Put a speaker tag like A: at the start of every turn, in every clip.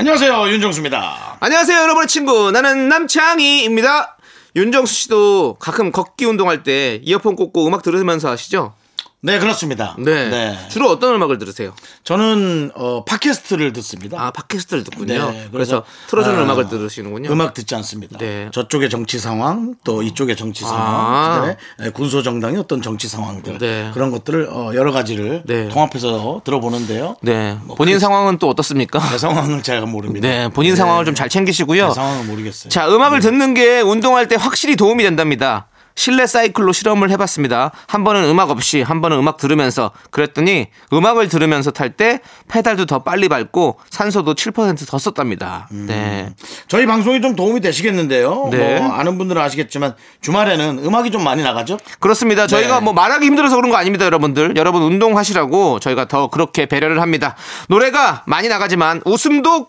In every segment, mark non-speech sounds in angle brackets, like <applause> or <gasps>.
A: 안녕하세요 윤정수입니다.
B: 안녕하세요, 여러분의 친구. 나는 남창희입니다. 윤정수 씨도 가끔 걷기 운동할 때 이어폰 꽂고 음악 들으면서 하시죠?
A: 네 그렇습니다.
B: 네. 주로 어떤 음악을 들으세요?
A: 저는 어, 팟캐스트를 듣습니다.
B: 아, 팟캐스트를 듣군요.
A: 네,
B: 그래서,
A: 그래서,
B: 틀어주는
A: 아,
B: 음악을 들으시는군요.
A: 음악 듣지 않습니다.
B: 네. 음.
A: 저쪽의 정치 상황 또 이쪽의 정치 상황,
B: 아.
A: 그다음에 예, 군소 정당의 어떤 정치 상황들
B: 네.
A: 그런 것들을 어, 여러 가지를
B: 네.
A: 통합해서 들어보는데요.
B: 네.
A: 뭐
B: 본인
A: 그-
B: 상황은 또 어떻습니까?
A: 제 상황을 제가 모릅니다.
B: 네. 본인 상황을 좀 잘 챙기시고요.
A: 제 네, 상황을 모르겠어요.
B: 자, 음악을 듣는 게 운동할 때 확실히 도움이 된답니다. 실내 사이클로 실험을 해봤습니다. 한 번은 음악 없이, 한 번은 음악 들으면서. 그랬더니 음악을 들으면서 탈 때 페달도 더 빨리 밟고 산소도 7%더 썼답니다. 네.
A: 저희 방송이 좀 도움이 되시겠는데요.
B: 네.
A: 뭐 아는 분들은 아시겠지만 주말에는 음악이 좀 많이 나가죠.
B: 그렇습니다. 저희가
A: 네.
B: 뭐 말하기 힘들어서 그런 거 아닙니다, 여러분들. 여러분 운동하시라고 저희가 더 그렇게 배려를 합니다. 노래가 많이 나가지만 웃음도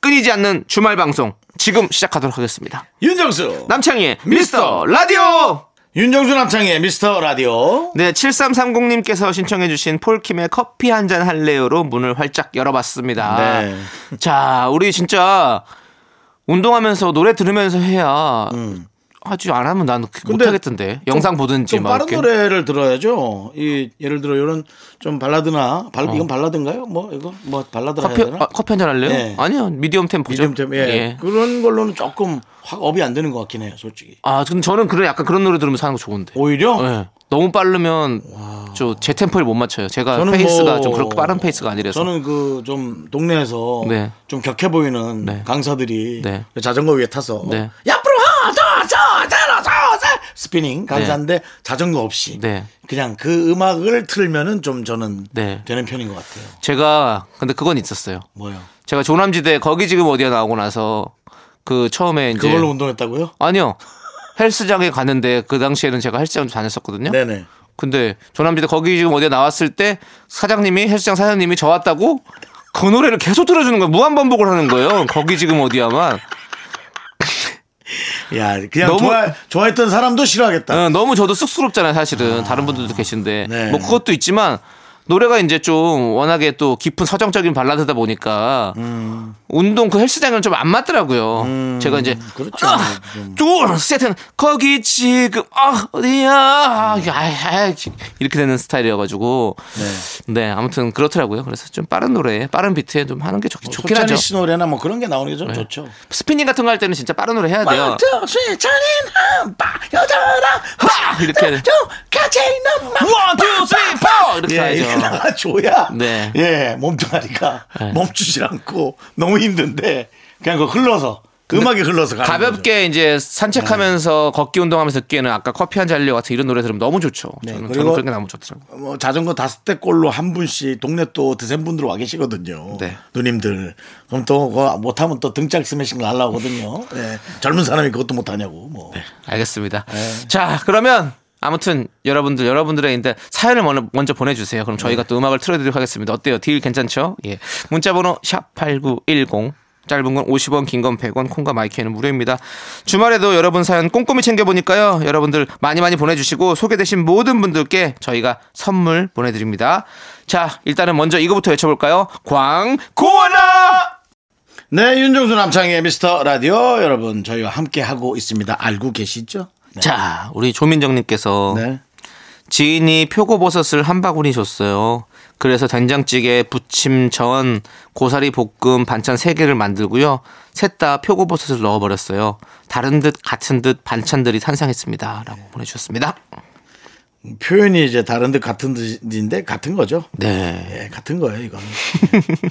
B: 끊이지 않는 주말 방송 지금 시작하도록 하겠습니다.
A: 윤정수,
B: 남창희의 미스터 라디오!
A: 윤정수 남창의 미스터 라디오.
B: 네, 7330님께서 신청해주신 폴킴의 커피 한 잔 할래요로 문을 활짝 열어봤습니다.
A: 네.
B: 자, 우리 진짜 운동하면서 노래 들으면서 해야 하지 안 하면 난
A: 음. 근데
B: 못하겠던데. 영상 보든지
A: 좀
B: 막
A: 빠른
B: 이렇게.
A: 노래를 들어야죠. 이 예를 들어 이런 좀 발라드나 발 이건 발라드인가요? 뭐 이거 뭐 발라드 해야
B: 커피,
A: 되나?
B: 아, 커피 한 잔 할래요?
A: 네.
B: 아니요, 미디엄 템포죠.
A: 미디엄 템, 예. 그런 걸로는 조금 확 업이 안 되는 것 같긴 해요, 솔직히.
B: 아, 근데 저는 그런 약간 그런 노래 들으면서 하는 거 좋은데.
A: 오히려
B: 예. 너무 빠르면 저 제 템포에 못 맞춰요. 제가
A: 저는
B: 페이스가
A: 뭐-
B: 좀 그렇게 빠른 페이스가 아니라서.
A: 저는 그 좀 동네에서
B: 네.
A: 좀 격해 보이는
B: 네.
A: 강사들이
B: 네.
A: 자전거 위에 타서
B: 네.
A: 야 프로 하자자자자자 스피닝 강사인데 자전거 없이
B: 네.
A: 그냥 그 음악을 틀면은 좀 저는
B: 네.
A: 되는 편인 것 같아요.
B: 제가 근데 그건 있었어요.
A: 뭐요?
B: 제가 조남지대 거기 지금 어디야 나오고 나서 그 처음에 이제
A: 그걸로 운동했다고요?
B: 아니요 헬스장에 갔는데 그 당시에는 제가 헬스장 다녔었거든요.
A: 네네.
B: 근데 조남지대 거기 지금 어디에 나왔을 때 사장님이 헬스장 사장님이 저 왔다고 그 노래를 계속 들어주는 거예요. 무한 반복을 하는 거예요. 거기 지금 어디야만
A: 야, 그냥
B: 너무-
A: 좋아, 좋아했던 사람도 싫어하겠다.
B: 어, 너무 저도 쑥스럽잖아요, 사실은. 다른 분들도 계신데.
A: 네.
B: 뭐 그것도 있지만 노래가 이제 좀 워낙에 또 깊은 서정적인 발라드다 보니까
A: 음.
B: 운동 그 헬스장은 좀 안 맞더라고요. 제가 이제
A: 그렇죠.
B: 아,
A: 좀.
B: 둘, 셋은 거기 지금 아, 어디야? 아, 아, 이렇게 되는 스타일이어가지고 네. 아무튼 그렇더라고요. 그래서 좀 빠른 노래, 빠른 비트에 좀 하는 게 좋, 좋긴 하죠.
A: 소찬이 씨 노래나 뭐 그런 게 나오는 게 좀 좋죠.
B: 스피닝 같은 거 할 때는 진짜 빠른 노래 해야 돼요.
A: 소찬이는 한바 여자라 바
B: 아, 이렇게.
A: 같이 있는 마.
B: 원, 투, 쓰리, 포 이렇게
A: 예, 이렇게
B: 해야죠. <laughs>
A: 나가줘야
B: 네. 예.
A: 예 몸뚱아리가 멈추질 않고 너무 힘든데 그냥 그 흘러서 음악이 흘러서 가는 거죠.
B: 가볍게 이제
A: 네.
B: 산책하면서 걷기 운동하면서 듣기에는 아까 커피 한 잔 할려 같은 이런 노래 들으면 너무 좋죠. 저는, 저는
A: 네, 그리고-
B: 그런 게 너무 좋더라고요.
A: 뭐 자전거 다섯 대 꼴로 한 분씩 동네 또 드센 분들 와 계시거든요.
B: 네.
A: 누님들. 그럼 또 그거 못하면 또 등짝 스매싱 날라오거든요. 예. 젊은 사람이 그것도 못하냐고. 뭐.
B: 네. 알겠습니다.
A: 네.
B: 자, 그러면 아무튼 여러분들 여러분들의 이제 사연을 먼저, 먼저 보내주세요. 그럼 저희가
A: 네.
B: 또 음악을 틀어드리도록 하겠습니다. 어때요? 딜 괜찮죠? 예. 문자번호 샵 #8910 짧은 건 50원, 긴 건 100원, 콩과 마이크는 무료입니다. 주말에도 여러분 사연 꼼꼼히 챙겨보니까요. 여러분들 많이 많이 보내주시고 소개되신 모든 분들께 저희가 선물 보내드립니다. 자, 일단은 먼저 이거부터 외쳐볼까요? 광고하라!
A: 네, 윤종수 남창의 미스터 라디오 여러분 저희와 함께 하고 있습니다. 알고 계시죠? 네.
B: 자, 우리 조민정님께서
A: 네.
B: 지인이 표고버섯을 한 바구니 줬어요. 그래서 된장찌개, 부침, 전, 고사리 볶음, 반찬 세개를 만들고요. 셋 다 표고버섯을 넣어버렸어요. 다른 듯 같은 듯 반찬들이 탄생했습니다. 라고 보내주셨습니다.
A: 표현이 이제 다른 듯 같은 듯인데 같은 거죠.
B: 네.
A: 예, 같은 거예요, 이거는.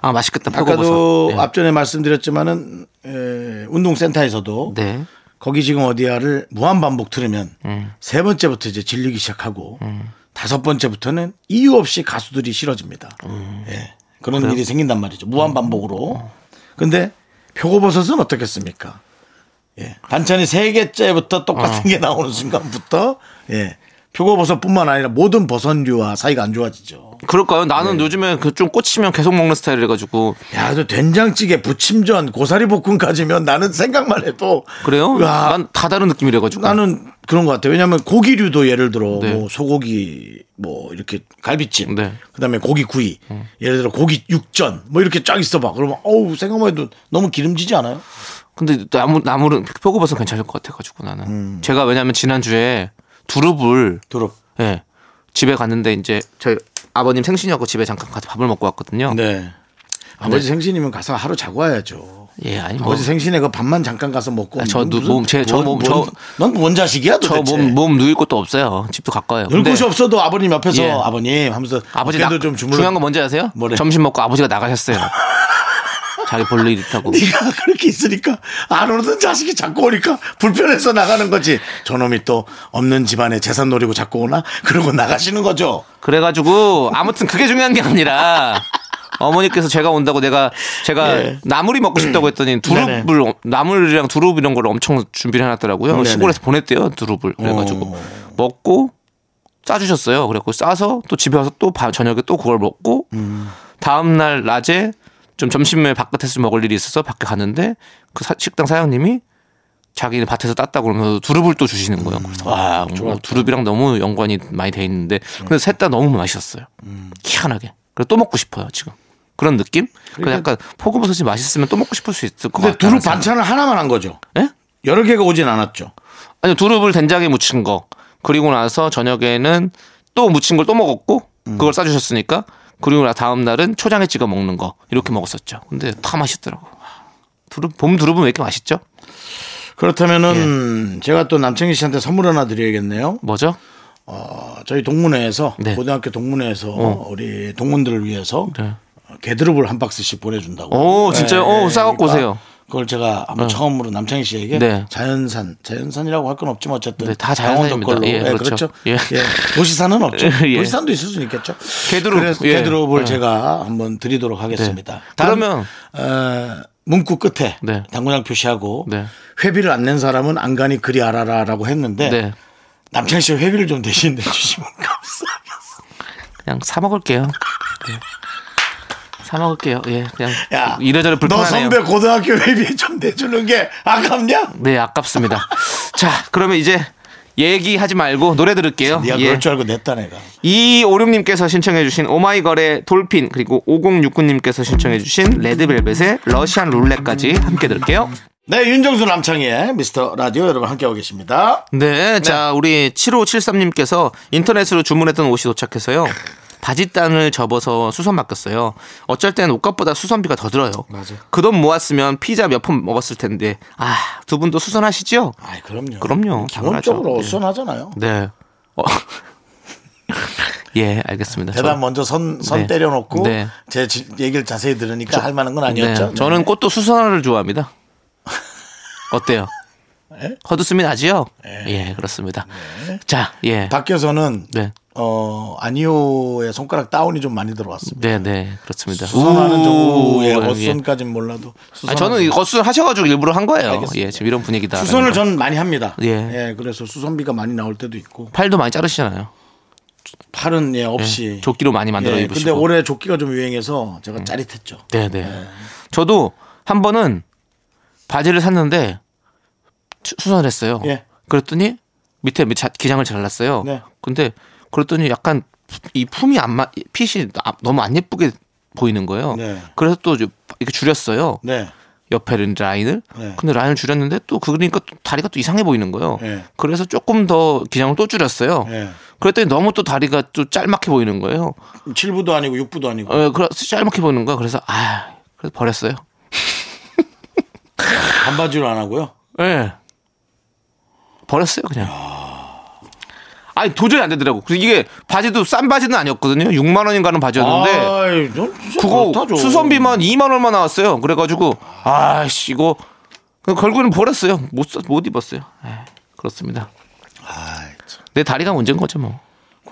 B: 아, 맛있겠다.
A: 아까도
B: 표고버섯. 네.
A: 앞전에 말씀드렸지만은 에, 운동센터에서도
B: 네.
A: 거기 지금 어디야를 무한 반복 들으면
B: 음.
A: 세 번째부터 이제 질리기 시작하고 다섯 번째부터는 이유 없이
B: 음.
A: 가수들이 싫어집니다. 예. 그런 일이 생긴단 말이죠. 무한 반복으로. 근데 표고버섯은 어떻겠습니까? 예. 반찬이 세 개째부터
B: 어.
A: 똑같은 게 나오는 순간부터 예. 표고버섯뿐만 아니라 모든 버섯류와 사이가 안 좋아지죠.
B: 그럴까요? 나는
A: 네.
B: 요즘에 그 좀 꽂히면 계속 먹는 스타일이라 가지고
A: 야, 너 된장찌개, 부침전, 고사리 볶음까지면 나는 생각만 해도
B: 그래요?
A: 와,
B: 난 다 다른 느낌이라 가지고.
A: 나는 그런 것 같아요. 왜냐하면 고기류도 예를 들어
B: 네.
A: 뭐 소고기 뭐 이렇게 갈비찜,
B: 네.
A: 그다음에 고기 구이, 예를 들어 고기 육전 뭐 이렇게 쫙 있어봐. 그러면 어우 생각만 해도 너무 기름지지 않아요?
B: 근데 나물 나물은 표고버섯 괜찮을 것 같아 가지고 나는.
A: 음.
B: 제가 왜냐면 지난 주에 두릅을
A: 두릅.
B: 예. 집에 갔는데 이제 저희 아버님 생신이었고 집에 잠깐 가서 밥을 먹고 왔거든요.
A: 네. 아버지 생신이면 가서 하루 자고 와야죠.
B: 예, 아니 뭐
A: 아버지 생신에 그 밥만 잠깐 가서 먹고.
B: 아, 저
A: 넌
B: 누-
A: 무슨-
B: 몸, 제- 저
A: 뭔-
B: 몸,
A: 뭔-
B: 저-
A: 넌뭔 자식이야
B: 저
A: 도대체?
B: 몸, 몸 누일 곳도 없어요. 집도 가까워요.
A: 열
B: 근데
A: 곳이 없어도 아버님 옆에서
B: 예.
A: 아버님 하면서
B: 아버지 나,
A: 어깨도 좀 주물러. <laughs>
B: 중요한 거 뭔지 아세요?
A: 뭐래?
B: 점심 먹고 아버지가 나가셨어요. 자기
A: <laughs>
B: 볼일 있다고.
A: 네가 그렇게 있으니까 안 오던 자식이 자꾸 오니까 불편해서 나가는 거지. 저놈이 또 없는 집안에 재산 노리고 자꾸 오나? 그러고 나가시는 거죠.
B: 그래가지고 아무튼 그게 중요한 게 아니라 어머니께서 제가 온다고 내가 제가
A: 예. 음.
B: 나물이 먹고 싶다고 했더니 두릅을 나물이랑 두릅 이런 걸 엄청 준비를 해놨더라고요
A: 네네.
B: 시골에서 보냈대요 두릅을 그래가지고
A: 오.
B: 먹고 싸주셨어요 그래갖고 싸서 또 집에 와서 또 바- 저녁에 또 그걸 먹고
A: 음.
B: 다음날 낮에 좀 점심에 바깥에서 먹을 일이 있어서 밖에 갔는데 그 사- 식당 사장님이 자기는 밭에서 땄다고 그러면서 두릅을 또 주시는
A: 음.
B: 거예요. 그래서 와, 뭐 두릅이랑 너무 연관이 많이 돼 있는데 근데 셋 다 너무 맛있었어요.
A: 음.
B: 희한하게. 그래서 또 먹고 싶어요, 지금. 그런 느낌? 그 약간 포고버섯이 맛있으면 또 먹고 싶을 수 있을 것 같아요.
A: 그러니까 근데 두릅 반찬을 어, 하나만 한 거죠.
B: 예?
A: 여러 개가 오진 않았죠.
B: 아니요, 두릅을 된장에 무친 거. 그리고 나서 저녁에는 또 무친 걸 또 먹었고
A: 음.
B: 그걸 싸 주셨으니까 그리고 나 다음 날은 초장에 찍어 먹는 거 이렇게 먹었었죠. 근데 다 맛있더라고. 두릅 봄 두릅은 왜 이렇게 맛있죠?
A: 그렇다면은 제가 또 남창희 씨한테 선물 하나 드려야겠네요.
B: 뭐죠?
A: 어, 저희 동문회에서
B: 네. 어.
A: 고등학교 동문회에서 우리 동문들을 위해서
B: 네.
A: 어, 개드롭을 한 박스씩 보내준다고. 네, 그러니까
B: 오, 진짜요? 오, 싸갖고 오세요.
A: 그걸 제가 한번 처음으로 남창희 씨에게
B: 네.
A: 자연산, 자연산이라고 할 건 없지만 어쨌든
B: 네, 다
A: 강원도
B: 자연산입니다.
A: 걸로.
B: 예,
A: 예, 그렇죠.
B: 그렇죠. 예.
A: 예, 도시산은 없죠.
B: <laughs> 예.
A: 도시산도 있을 수는 있겠죠.
B: 개드롭,
A: 그래서
B: 예.
A: 개드롭을
B: 예.
A: 제가 한번 드리도록 하겠습니다.
B: 네.
A: 다음,
B: 그러면-
A: 어, 문구 끝에
B: 네.
A: 당구장 표시하고
B: 네.
A: 회비를 안 낸 사람은 안간히 그리 알아라라고 했는데
B: 네.
A: 남창희 씨 회비를 좀 대신 <laughs> 내주시면 감사하겠습니다.
B: 그냥 사 먹을게요. 네. 사 먹을게요. 예, 그냥
A: 야,
B: 이래저래
A: 너
B: 불편하네요.
A: 선배 고등학교 회비 좀 내주는 게 아깝냐?
B: 네, 아깝습니다. 자, 그러면 이제 얘기하지 말고 노래 들을게요.
A: 네가
B: 예.
A: 그럴 줄 알고 냈다 내가.
B: 이오륙님께서 신청해주신 오마이걸의 돌핀 그리고 5069님께서 신청해주신 레드벨벳의 러시안 룰렛까지 함께 들을게요.
A: 네, 윤정수 남창희의 미스터 라디오 여러분 함께하고 계십니다.
B: 네, 자 우리 7573님께서 인터넷으로 주문했던 옷이 도착해서요. 바짓단을 접어서 수선 맡겼어요. 어쩔 때는 옷값보다 수선비가 더 들어요.
A: 맞아.
B: 그 돈 모았으면 피자 몇 푼 먹었을 텐데. 아, 두 분도 수선하시죠?
A: 아, 그럼요.
B: 그럼요.
A: 기본적으로
B: 당연하죠. 예.
A: 선하잖아요.
B: 네. 어. <laughs> 예, 알겠습니다.
A: 대답
B: 저-
A: 먼저 선, 선
B: 네.
A: 때려놓고
B: 네.
A: 제 지- 얘기를 자세히 들으니까 할 만한 건
B: 네,
A: 아니었죠.
B: 저는 꽃도 수선화를 좋아합니다.
A: <laughs>
B: 어때요?
A: 예?
B: 허드슨이 나지요? 예, 그렇습니다.
A: 네.
B: 자, 예.
A: 밖에서는
B: 네.
A: 어, 아니오의 손가락 다운이 좀 많이 들어왔습니다.
B: 네, 네, 그렇습니다.
A: 수선하는
B: 우,
A: 정도의
B: 예.
A: 어선까지는 몰라도
B: 아니,
A: 수선하는
B: 저는 이 거수를 하셔가지고 일부러 한 거예요.
A: 알겠습니다.
B: 예, 지금 이런 분위기다.
A: 수선을 전 많이 합니다.
B: 예.
A: 예, 그래서 수선비가 많이 나올 때도 있고
B: 팔도 많이 자르시잖아요.
A: 팔은 예 없이
B: 예, 조끼로 많이 만들어
A: 예,
B: 입으시고.
A: 근데 올해 조끼가 좀 유행해서 제가 짜릿했죠.
B: 네, 네. 저도 한 번은 바지를 샀는데 수- 수선을 했어요.
A: 예.
B: 그랬더니 밑에 밑- 자- 기장을 잘랐어요.
A: 네.
B: 근데 그랬더니 약간 이 품이 안 맞, 핏이 아- 너무 안 예쁘게 보이는 거예요.
A: 네.
B: 그래서 또 이제 이렇게 줄였어요.
A: 네.
B: 옆에 있는 라인을.
A: 네.
B: 근데 라인을 줄였는데 또 그러니까 또 다리가 또 이상해 보이는 거예요.
A: 네.
B: 그래서 조금 더 기장을 또 줄였어요.
A: 네.
B: 그랬더니 너무 또 다리가 또 짤막해 보이는 거예요.
A: 7부도 아니고 6부도 아니고
B: 어, 그래 짤막해 보이는 거야. 그래서 아, 그래서 버렸어요.
A: 반바지로 안 하고요.
B: 예. 버렸어요, 그냥. 아니, 도저히 안 되더라고. 그래서 이게 바지도 싼 바지는 아니었거든요. 6만 원인가는 바지였는데
A: 아이, 넌 진짜
B: 그거
A: 그렇다죠.
B: 수선비만 2만 원만 나왔어요. 그래 가지고 아, 씨 이거 그냥 결국에는 버렸어요. 못 써- 못 입었어요. 예, 그렇습니다.
A: 아이, 참.
B: 내 다리가 문제인 거죠, 뭐.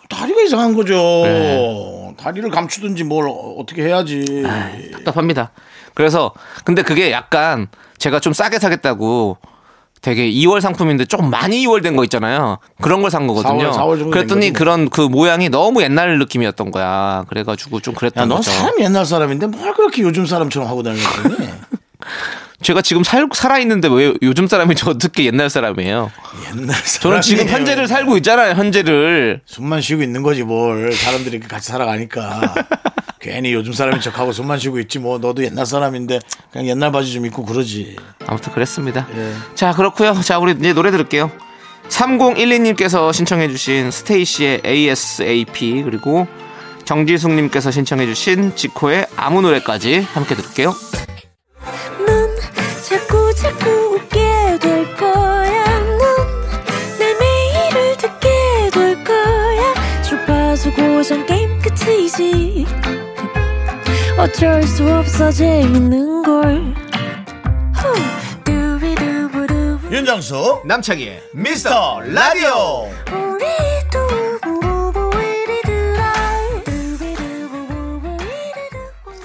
A: 다리가 이상한 거죠.
B: 네.
A: 다리를 감추든지 뭘 어- 어떻게 해야지.
B: 답답합니다. 그래서 근데 그게 약간 제가 좀 싸게 사겠다고 되게 2월 상품인데 좀 많이 2월된 거 있잖아요. 그런 걸 산 거거든요.
A: 4월, 4월 정도
B: 그랬더니
A: 된 거지.
B: 그런 그 모양이 너무 옛날 느낌이었던 거야. 그래가지고 좀
A: 야,
B: 그랬던
A: 넌
B: 거죠.
A: 사람 옛날 사람인데 뭘 그렇게 요즘 사람처럼 하고 다녔더니. <laughs>
B: 제가 지금 살, 살아있는데 왜 요즘 사람이 저 어떻게 옛날 사람이에요?
A: 옛날 사람.
B: 저는 지금 현재를 살고 있잖아요. 현재를.
A: 숨만 쉬고 있는 거지 뭘 사람들이 이렇게 같이 <laughs> 살아가니까 괜히 요즘 사람인 척하고 숨만 쉬고 있지 뭐 너도 옛날 사람인데 그냥 옛날 바지 좀 입고 그러지
B: 아무튼 그랬습니다.
A: 예.
B: 자, 그렇고요. 자, 우리 이제 노래 들을게요. 3012님께서 신청해 주신 스테이시의 ASAP 그리고 정지숙 님께서 신청해 주신 지코의 아무 노래까지 함께 들을게요.
C: 넌 자꾸 자꾸 웃게 될 거야. 넌내 매일을 듣게 될 거야. 주파수 고정 게임 끝이지. 어쩔 수 없어 재밌는 걸. 후. 두비두부두.
A: 윤정수
B: 남창희의
A: 미스터 라디오
C: 우리 두부부부 우리들아. 두비두부부부 우리들아.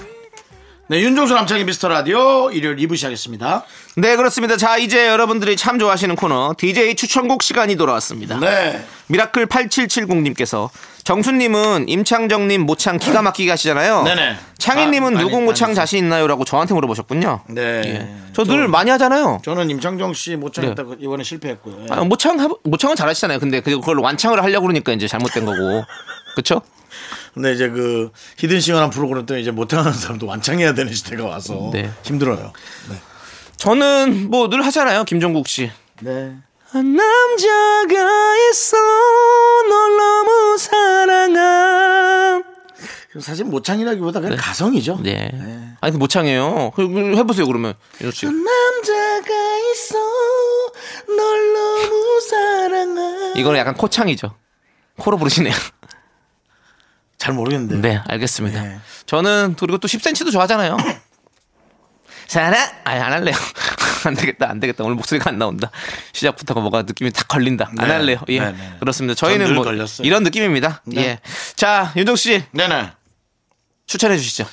A: 네 윤정수 남창의 미스터 라디오 일요일 2부 시작했습니다
B: 네, 그렇습니다. 자, 이제 여러분들이 참 좋아하시는 코너 DJ 추천곡 시간이 돌아왔습니다.
A: 네
B: 미라클 8770님께서 정수님은 임창정님 모창 기가 막히게 하시잖아요.
A: 네네.
B: 창희님은
A: 아, 많이,
B: 누구 모창
A: 많이
B: 자신 있나요?라고 저한테 물어보셨군요. 예.
A: 네.
B: 저 늘 많이 하잖아요.
A: 저는 임창정 씨 못참겠다 고 이번에 실패했고요
B: 아, 모창 하- 모창은 잘하시잖아요. 근데 그- 그걸 완창을 하려고 그러니까 이제 잘못된 거고. 그렇죠?
A: 근데 이제 그 히든싱어란 프로그램 때문에 이제 못하는 사람도 완창해야 되는 시대가 와서
B: 네.
A: 힘들어요
B: 저는 뭐 늘 하잖아요. 김종국 씨.
A: 네
B: 한 남자가 있어 널 너무 사랑함.
A: 사실 모창이라기보다 그냥 가성이죠
B: 네. 아니 그 모창이에요. 그- 그 해보세요 그러면. 이렇게.
A: 남자가 있어 널 너무 사랑해
B: 이거는 약간 코창이죠. 코로 부르시네요.
A: 잘 모르겠는데
B: 네, 알겠습니다.
A: 네.
B: 저는 그리고 또 10cm도 좋아하잖아요. 사랑? 아니 안 할래요. <laughs> 안 되겠다, 안 되겠다. 오늘 목소리가 안 나온다. 시작부터가 뭐가 느낌이 딱 걸린다. 안
A: 네.
B: 할래요. 예,
A: 네, 네.
B: 그렇습니다.
A: 전
B: 저희는
A: 늘
B: 뭐
A: 걸렸어요. 네.
B: 이런 느낌입니다. 예, 자 윤정 씨
A: 네네
B: 추천해 주시죠.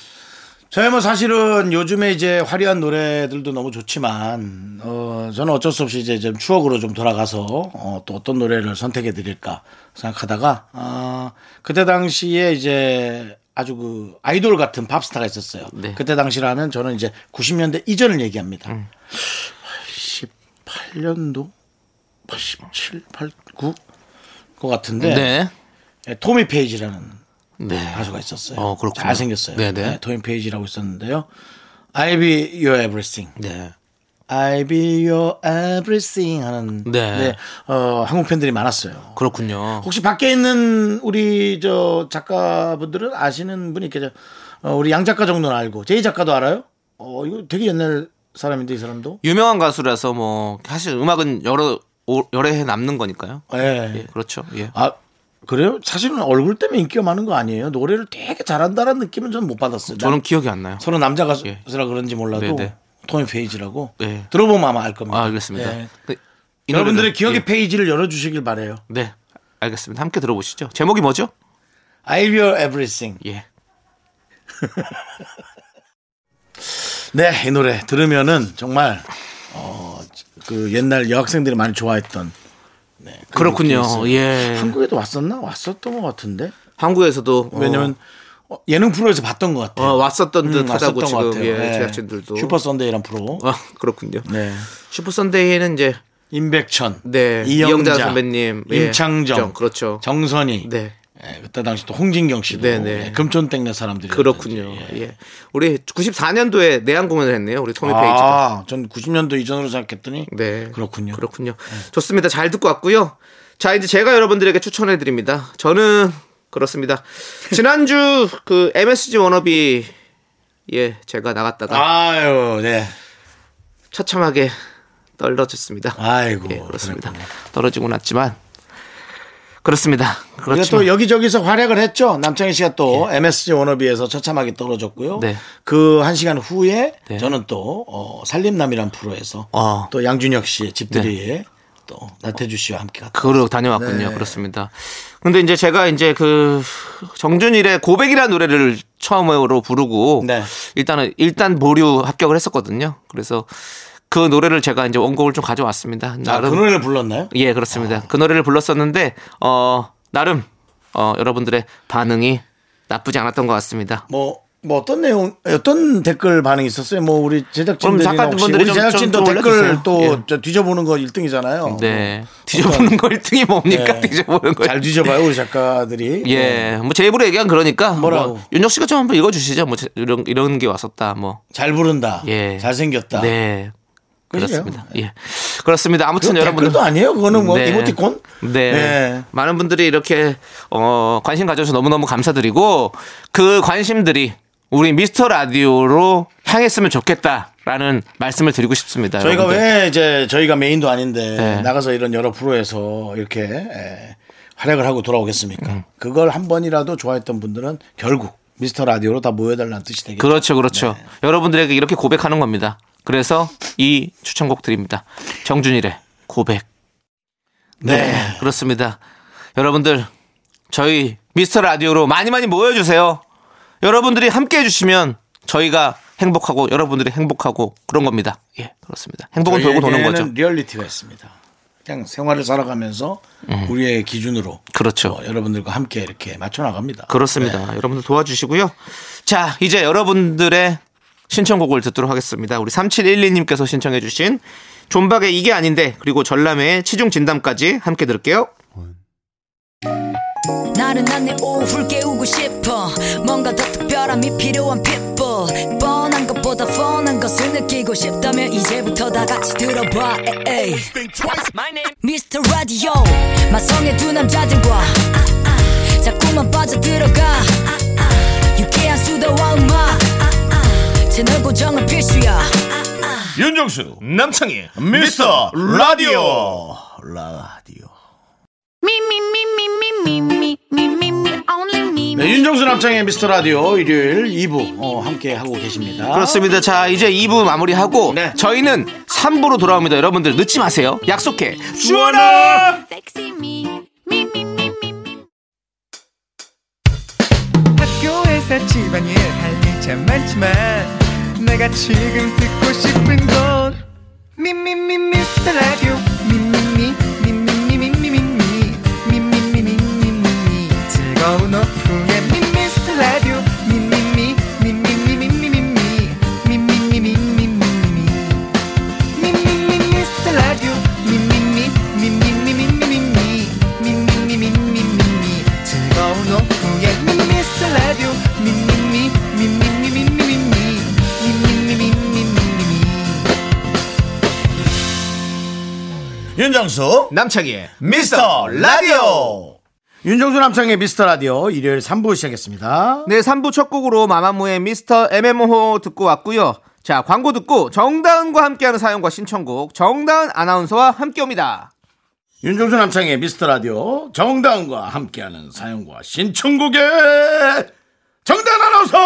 A: 저희 뭐 사실은 요즘에 이제 화려한 노래들도 너무 좋지만 어 저는 어쩔 수 없이 이제 좀 추억으로 좀 돌아가서 어, 또 어떤 노래를 선택해 드릴까 생각하다가 아 그때 당시에 이제 아주 그 아이돌 같은 팝스타가 있었어요.
B: 네.
A: 그때 당시라면 저는 이제 90년대 이전을 얘기합니다.
B: 음.
A: 88년도 87, 89? 그 같은데
B: 네,
A: 예, 토미 페이지라는
B: 네.
A: 가수가 있었어요.
B: 어, 그렇군요.
A: 잘 생겼어요.
B: 네네.
A: 토인 페이지라고 있었는데요. I be your everything.
B: 네.
A: I be your everything 하는
B: 네.
A: 어, 한국 팬들이 많았어요.
B: 그렇군요.
A: 혹시 밖에 있는 우리 저 작가분들은 아시는 분이 있겠죠? 어, 우리 양 작가 정도는 알고 제이 작가도 알아요? 어, 이거 되게 옛날 사람인데 이 사람도.
B: 유명한 가수라서 뭐 사실 음악은 여러 오- 여러 해 남는 거니까요.
A: 예.
B: 예, 그렇죠. 예.
A: 아 그래요? 사실은 얼굴 때문에 인기가 많은 거 아니에요? 노래를 되게 잘한다는 느낌은 저는 못 받았어요.
B: 저는 기억이 안 나요.
A: 서로 남자 가수라
B: 예.
A: 그런지 몰라도
B: 네네.
A: 토니 페이지라고
B: 네.
A: 들어보면 예. 아마 알 겁니다.
B: 아, 알겠습니다.
A: 예.
B: 그- 이
A: 여러분들의
B: 노래는-
A: 기억의
B: 예.
A: 페이지를 열어주시길 바래요.
B: 네, 알겠습니다. 함께 들어보시죠. 제목이 뭐죠?
A: I w e r everything.
B: 예.
A: 네, 이 노래 들으면은 정말 어, 그 옛날 여학생들이 많이 좋아했던 네, 그런
B: 그렇군요.
A: 느낌이 있어요.
B: 예.
A: 한국에도 왔었나? 왔었던 것 같은데.
B: 한국에서도 어,
A: 왜냐면 어, 예능 프로에서 봤던 것 같아요.
B: 어, 왔었던
A: 음,
B: 듯하다고
A: 왔었던 것
B: 지금
A: 같아요.
B: 예,
A: 네.
B: 제작진들도
A: 슈퍼 선데이란 프로.
B: 아, 그렇군요.
A: 네.
B: 슈퍼 선데이에는 이제
A: 임백천,
B: 네,
A: 이영자,
B: 이영자 선배님, 예,
A: 임창정,
B: 정, 그렇죠.
A: 정선이,
B: 네.
A: 예, 그때 당시 또 홍진경 씨도
B: 네, 네.
A: 예, 금촌땡네 사람들이
B: 그렇군요. 예. 우리 94년도에 내한 공연을 했네요. 우리 토미 페이지가.
A: 아, 전 90년도 이전으로 생각했더니
B: 네.
A: 그렇군요.
B: 그렇군요. 좋습니다. 잘 듣고 왔고요. 자, 이제 제가 여러분들에게 추천해 드립니다. 저는 그렇습니다. 지난주 그 MSG 워너비 예, 제가 나갔다가
A: 아유, 네.
B: 처참하게 떨어졌습니다.
A: 아이고,
B: 예, 그렇습니다. 떨어지고 났지만 그렇습니다.
A: 우리가
B: 그렇지만 예.
A: 또 여기저기서 활약을 했죠. 남창희 씨가 또 MSG 워너비에서 처참하게 떨어졌고요.
B: 네.
A: 그 한 시간 후에
B: 네.
A: 저는 또 어, 살림남이란 프로에서
B: 어. 네.
A: 또 양준혁 씨의 집들이에 또 나태주 씨와 함께 갔다. 아,
B: 그러 다녀왔군요.
A: 네.
B: 그렇습니다. 근데 이제 제가 이제 그 정준일의 고백이라는 노래를 처음으로 부르고
A: 네.
B: 일단은 일단 보류 합격을 했었거든요. 그래서 그 노래를 제가 이제 원곡을 좀 가져왔습니다.
A: 아, 그
B: 나름
A: 노래를 아. 불렀나요?
B: 예 그렇습니다. 그 노래를 불렀었는데 어 나름 어 여러분들의 반응이 나쁘지 않았던 것 같습니다.
A: 뭐, 뭐 어떤 내용, 어떤 댓글 반응이 있었어요? 뭐 우리 제작진들이
B: 그럼 작가분들이
A: 우리
B: 좀-
A: 제작진도
B: 좀
A: 댓글
B: 올려주세요.
A: 또
B: 예.
A: 저 뒤져보는 거 1등이잖아요.
B: 네 뒤져보는 거 1등이 뭡니까?
A: 어. 네.
B: 뒤져보는 거
A: 잘 뒤져봐요 우리 작가들이.
B: 예, 뭐 제 입으로 얘기한 그러니까
A: 네. 뭐라고?
B: 뭐 윤혁 씨가 좀 한번 읽어주시죠. 뭐 제- 이런 이런 게 왔었다. 뭐
A: 잘 부른다.
B: 예.
A: 잘생겼다.
B: 네.
A: 그죠?
B: 그렇습니다. 예. 그렇습니다. 아무튼
A: 그건
B: 여러분들.
A: 댓글도 아니에요. 그거는 뭐 이모티콘?
B: 네.
A: 네.
B: 많은 분들이 이렇게 어, 관심 가져주셔서 너무너무 감사드리고 그 관심들이 우리 미스터 라디오로 향했으면 좋겠다라는 말씀을 드리고 싶습니다.
A: 저희가
B: 여러분들.
A: 왜 이제 저희가 메인도 아닌데
B: 네.
A: 나가서 이런 여러 프로에서 이렇게 에, 활약을 하고 돌아오겠습니까?
B: 음.
A: 그걸 한 번이라도 좋아했던 분들은 결국 미스터 라디오로 다 모여달라는 뜻이 되겠죠.
B: 그렇죠, 그렇죠.
A: 네.
B: 여러분들에게 이렇게 고백하는 겁니다. 그래서 이 추천곡 드립니다. 정준일의 고백.
A: 네.
B: 그렇습니다. 여러분들 저희 미스터 라디오로 많이 많이 모여 주세요. 여러분들이 함께 해 주시면 저희가 행복하고 여러분들이 행복하고 그런 겁니다. 예, 그렇습니다. 행복은 돌고 도는
A: 저희에게는
B: 거죠.
A: 리얼리티가 있습니다. 그냥 생활을 살아가면서
B: 음.
A: 우리의 기준으로
B: 그렇죠.
A: 어, 여러분들과 함께 이렇게 맞춰 나갑니다.
B: 그렇습니다.
A: 네.
B: 여러분들 도와주시고요. 자, 이제 여러분들의 신청곡을 듣도록 하겠습니다. 우리 3712님께서 신청해주신 존박의 이게 아닌데 그리고 전람회의 치중 진담까지 함께 들을게요.
D: 나른한 내 오후를 깨우고 싶어 뭔가 더 특별함이 필요한 people 뻔한 것보다 뻔한 것을 느끼고 싶다면 이제부터 다 같이 들어봐 에이. Mr. Radio 마성의 두 남자들과 자꾸만 빠져들어가 유쾌한 수다와 음악 채널 고정은 필수야
E: 윤정수 남창희
A: 미스터 라디오 라디오.
F: Me, me, me, me, me, me, me, me, me, me, only me.
A: 네, 윤정수 남창의 미스터 라디오 일요일 2부 어, 함께 하고 계십니다.
B: 아, 그렇습니다. 네. 자, 이제 2부 마무리하고 저희는 3부로 돌아옵니다. 여러분들 늦지 마세요. 약속해. 주원아!
F: Sexy me. Me, me, me, me, me.
G: 학교에서 집안일 할 일 참 많지만 내가 지금 듣고 싶은 건 미미미 미스터 라디오 미미미 미미미미미미 미미미미미미 즐거운 오후에 미스터 라디오 미미미 미미미미미미 미미미미미미 미미미 미스터 라디오 미미미 미미미미미미 미미미미미미 즐거운 오후에 미스터 라디오 미미미 미미미미미미 미미미미미미
A: 윤정수
B: 남창희의
A: 미스터 라디오 윤정수 남창의 미스터 라디오 일요일 3부 시작했습니다.
B: 네, 3부 첫 곡으로 마마무의 미스터 MMO 듣고 왔고요. 자, 광고 듣고 정다은과 함께하는 사연과 신청곡 정다은 아나운서와 함께 옵니다.
A: 윤정수 남창의 미스터 라디오 정다은과 함께하는 사연과 신청곡의 정다은 아나운서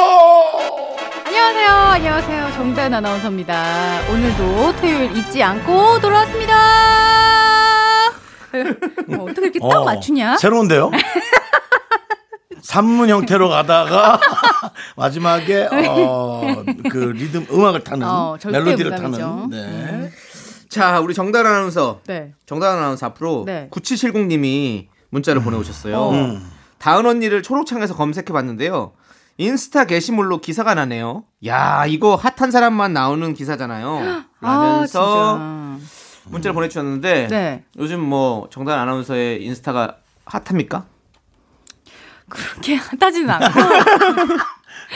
H: 안녕하세요. 안녕하세요. 정다은 아나운서입니다. 오늘도 토요일 잊지 않고 돌아왔습니다. <laughs> 어, 어떻게 이렇게 딱
A: 어,
H: 맞추냐? <laughs>
A: 새로운데요? 산문 형태로 가다가 <laughs> 마지막에 어, 그 리듬 음악을 타는
H: 어, 절대
A: 멜로디를
H: 음감이죠.
A: 타는 네.
B: 자, 우리 정다은 아나운서.
H: 네.
B: 정다은 아나운서 앞으로
H: 네.
B: 9770님이 문자를 보내오셨어요.
H: 어.
B: 다은 언니를 초록창에서 검색해봤는데요. 인스타 게시물로 기사가 나네요. 야, 이거 핫한 사람만 나오는
H: <gasps>
B: 기사잖아요. 라면서
H: 아, 진짜.
B: 문자를 보내주셨는데
H: 네.
B: 요즘 뭐 정다은 아나운서의 인스타가 핫합니까?
H: 그렇게 따지는 않고.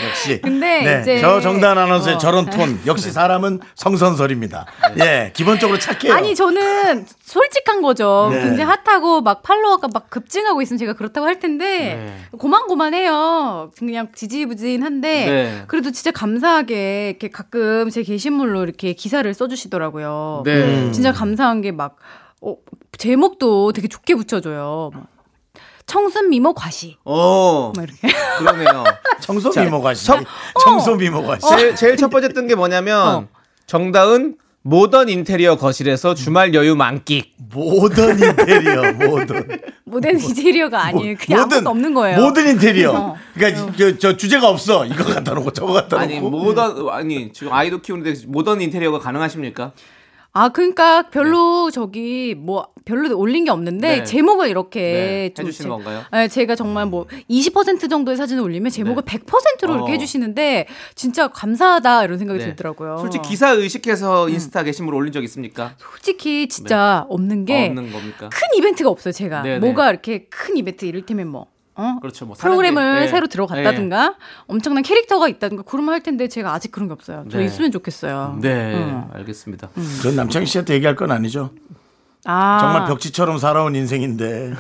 A: 역시.
H: 근데
A: 네,
H: 이제-
A: 저 정단 아나운서의
H: 어. 네.
A: 저런 톤
H: <laughs>
A: 역시 사람은 성선설입니다. 예, 기본적으로 착해요.
H: 아니 저는 솔직한 거죠.
A: 네.
H: 굉장히 핫하고 막 팔로워가 막 급증하고 있으면 제가 그렇다고 할 텐데
A: 네.
H: 고만고만해요. 그냥 지지부진한데
B: 네.
H: 그래도 진짜 감사하게 이렇게 가끔 제 게시물로 이렇게 기사를 써주시더라고요.
B: 네.
H: 진짜 감사한 게 막 어, 제목도 되게 좋게 붙여줘요. 막 청순 미모 과시.
B: 오,
H: 막 이렇게.
B: 어,
A: <laughs>
B: 그러네요.
A: 청소 미모가 시
B: 청-
H: 어!
A: 청소 미모가 시
B: 제일, 제일 첫 번째 뜬 게 뭐냐면 정다은 모던 인테리어 거실에서 주말 여유 만끽.
A: 모던 인테리어, 모던.
H: 모든 인테리어가 아니에요. 그냥
A: 뭐, 모든-
H: 아무것도 없는 거예요.
A: 모든 인테리어.
H: 어.
A: 그러니까 저, 저 주제가 없어. 이거 갖다 놓고 저거 갖다 놓고.
B: <laughs> 아니 모던 아니 지금 아이도 키우는데 모던 인테리어가 가능하십니까?
H: 아 그러니까 별로 저기 뭐 별로 올린 게 없는데
B: 네.
H: 제목을 이렇게
B: 네,
H: 좀
B: 해주시는
H: 제가-
B: 건가요? 음.
H: 네, 제가 정말 뭐 20% 정도의 사진을 올리면 제목을 100%로
B: 어.
H: 이렇게 해주시는데 진짜 감사하다 이런 생각이
B: 네.
H: 들더라고요. 음.
B: 솔직히 기사 의식해서 인스타 게시물 올린 적 있습니까?
H: 솔직히 진짜 없는 게 큰
B: 네. 없는 겁니까?
H: 이벤트가 없어요. 제가
B: 네, 네.
H: 뭐가 이렇게 큰 이벤트 이를테면 뭐. 어?
B: 그렇죠. 뭐 네. 사는
H: 프로그램을
B: 게, 예.
H: 새로 들어갔다든가 엄청난 캐릭터가 있다든가 그런 말 할 텐데 제가 아직 그런 게 없어요. 저
B: 네.
H: 있으면 좋겠어요.
B: 네,
H: 음.
B: 알겠습니다.
A: 전 남창희 씨한테 얘기할 건 아니죠.
H: 아.
A: 정말 벽지처럼 살아온 인생인데.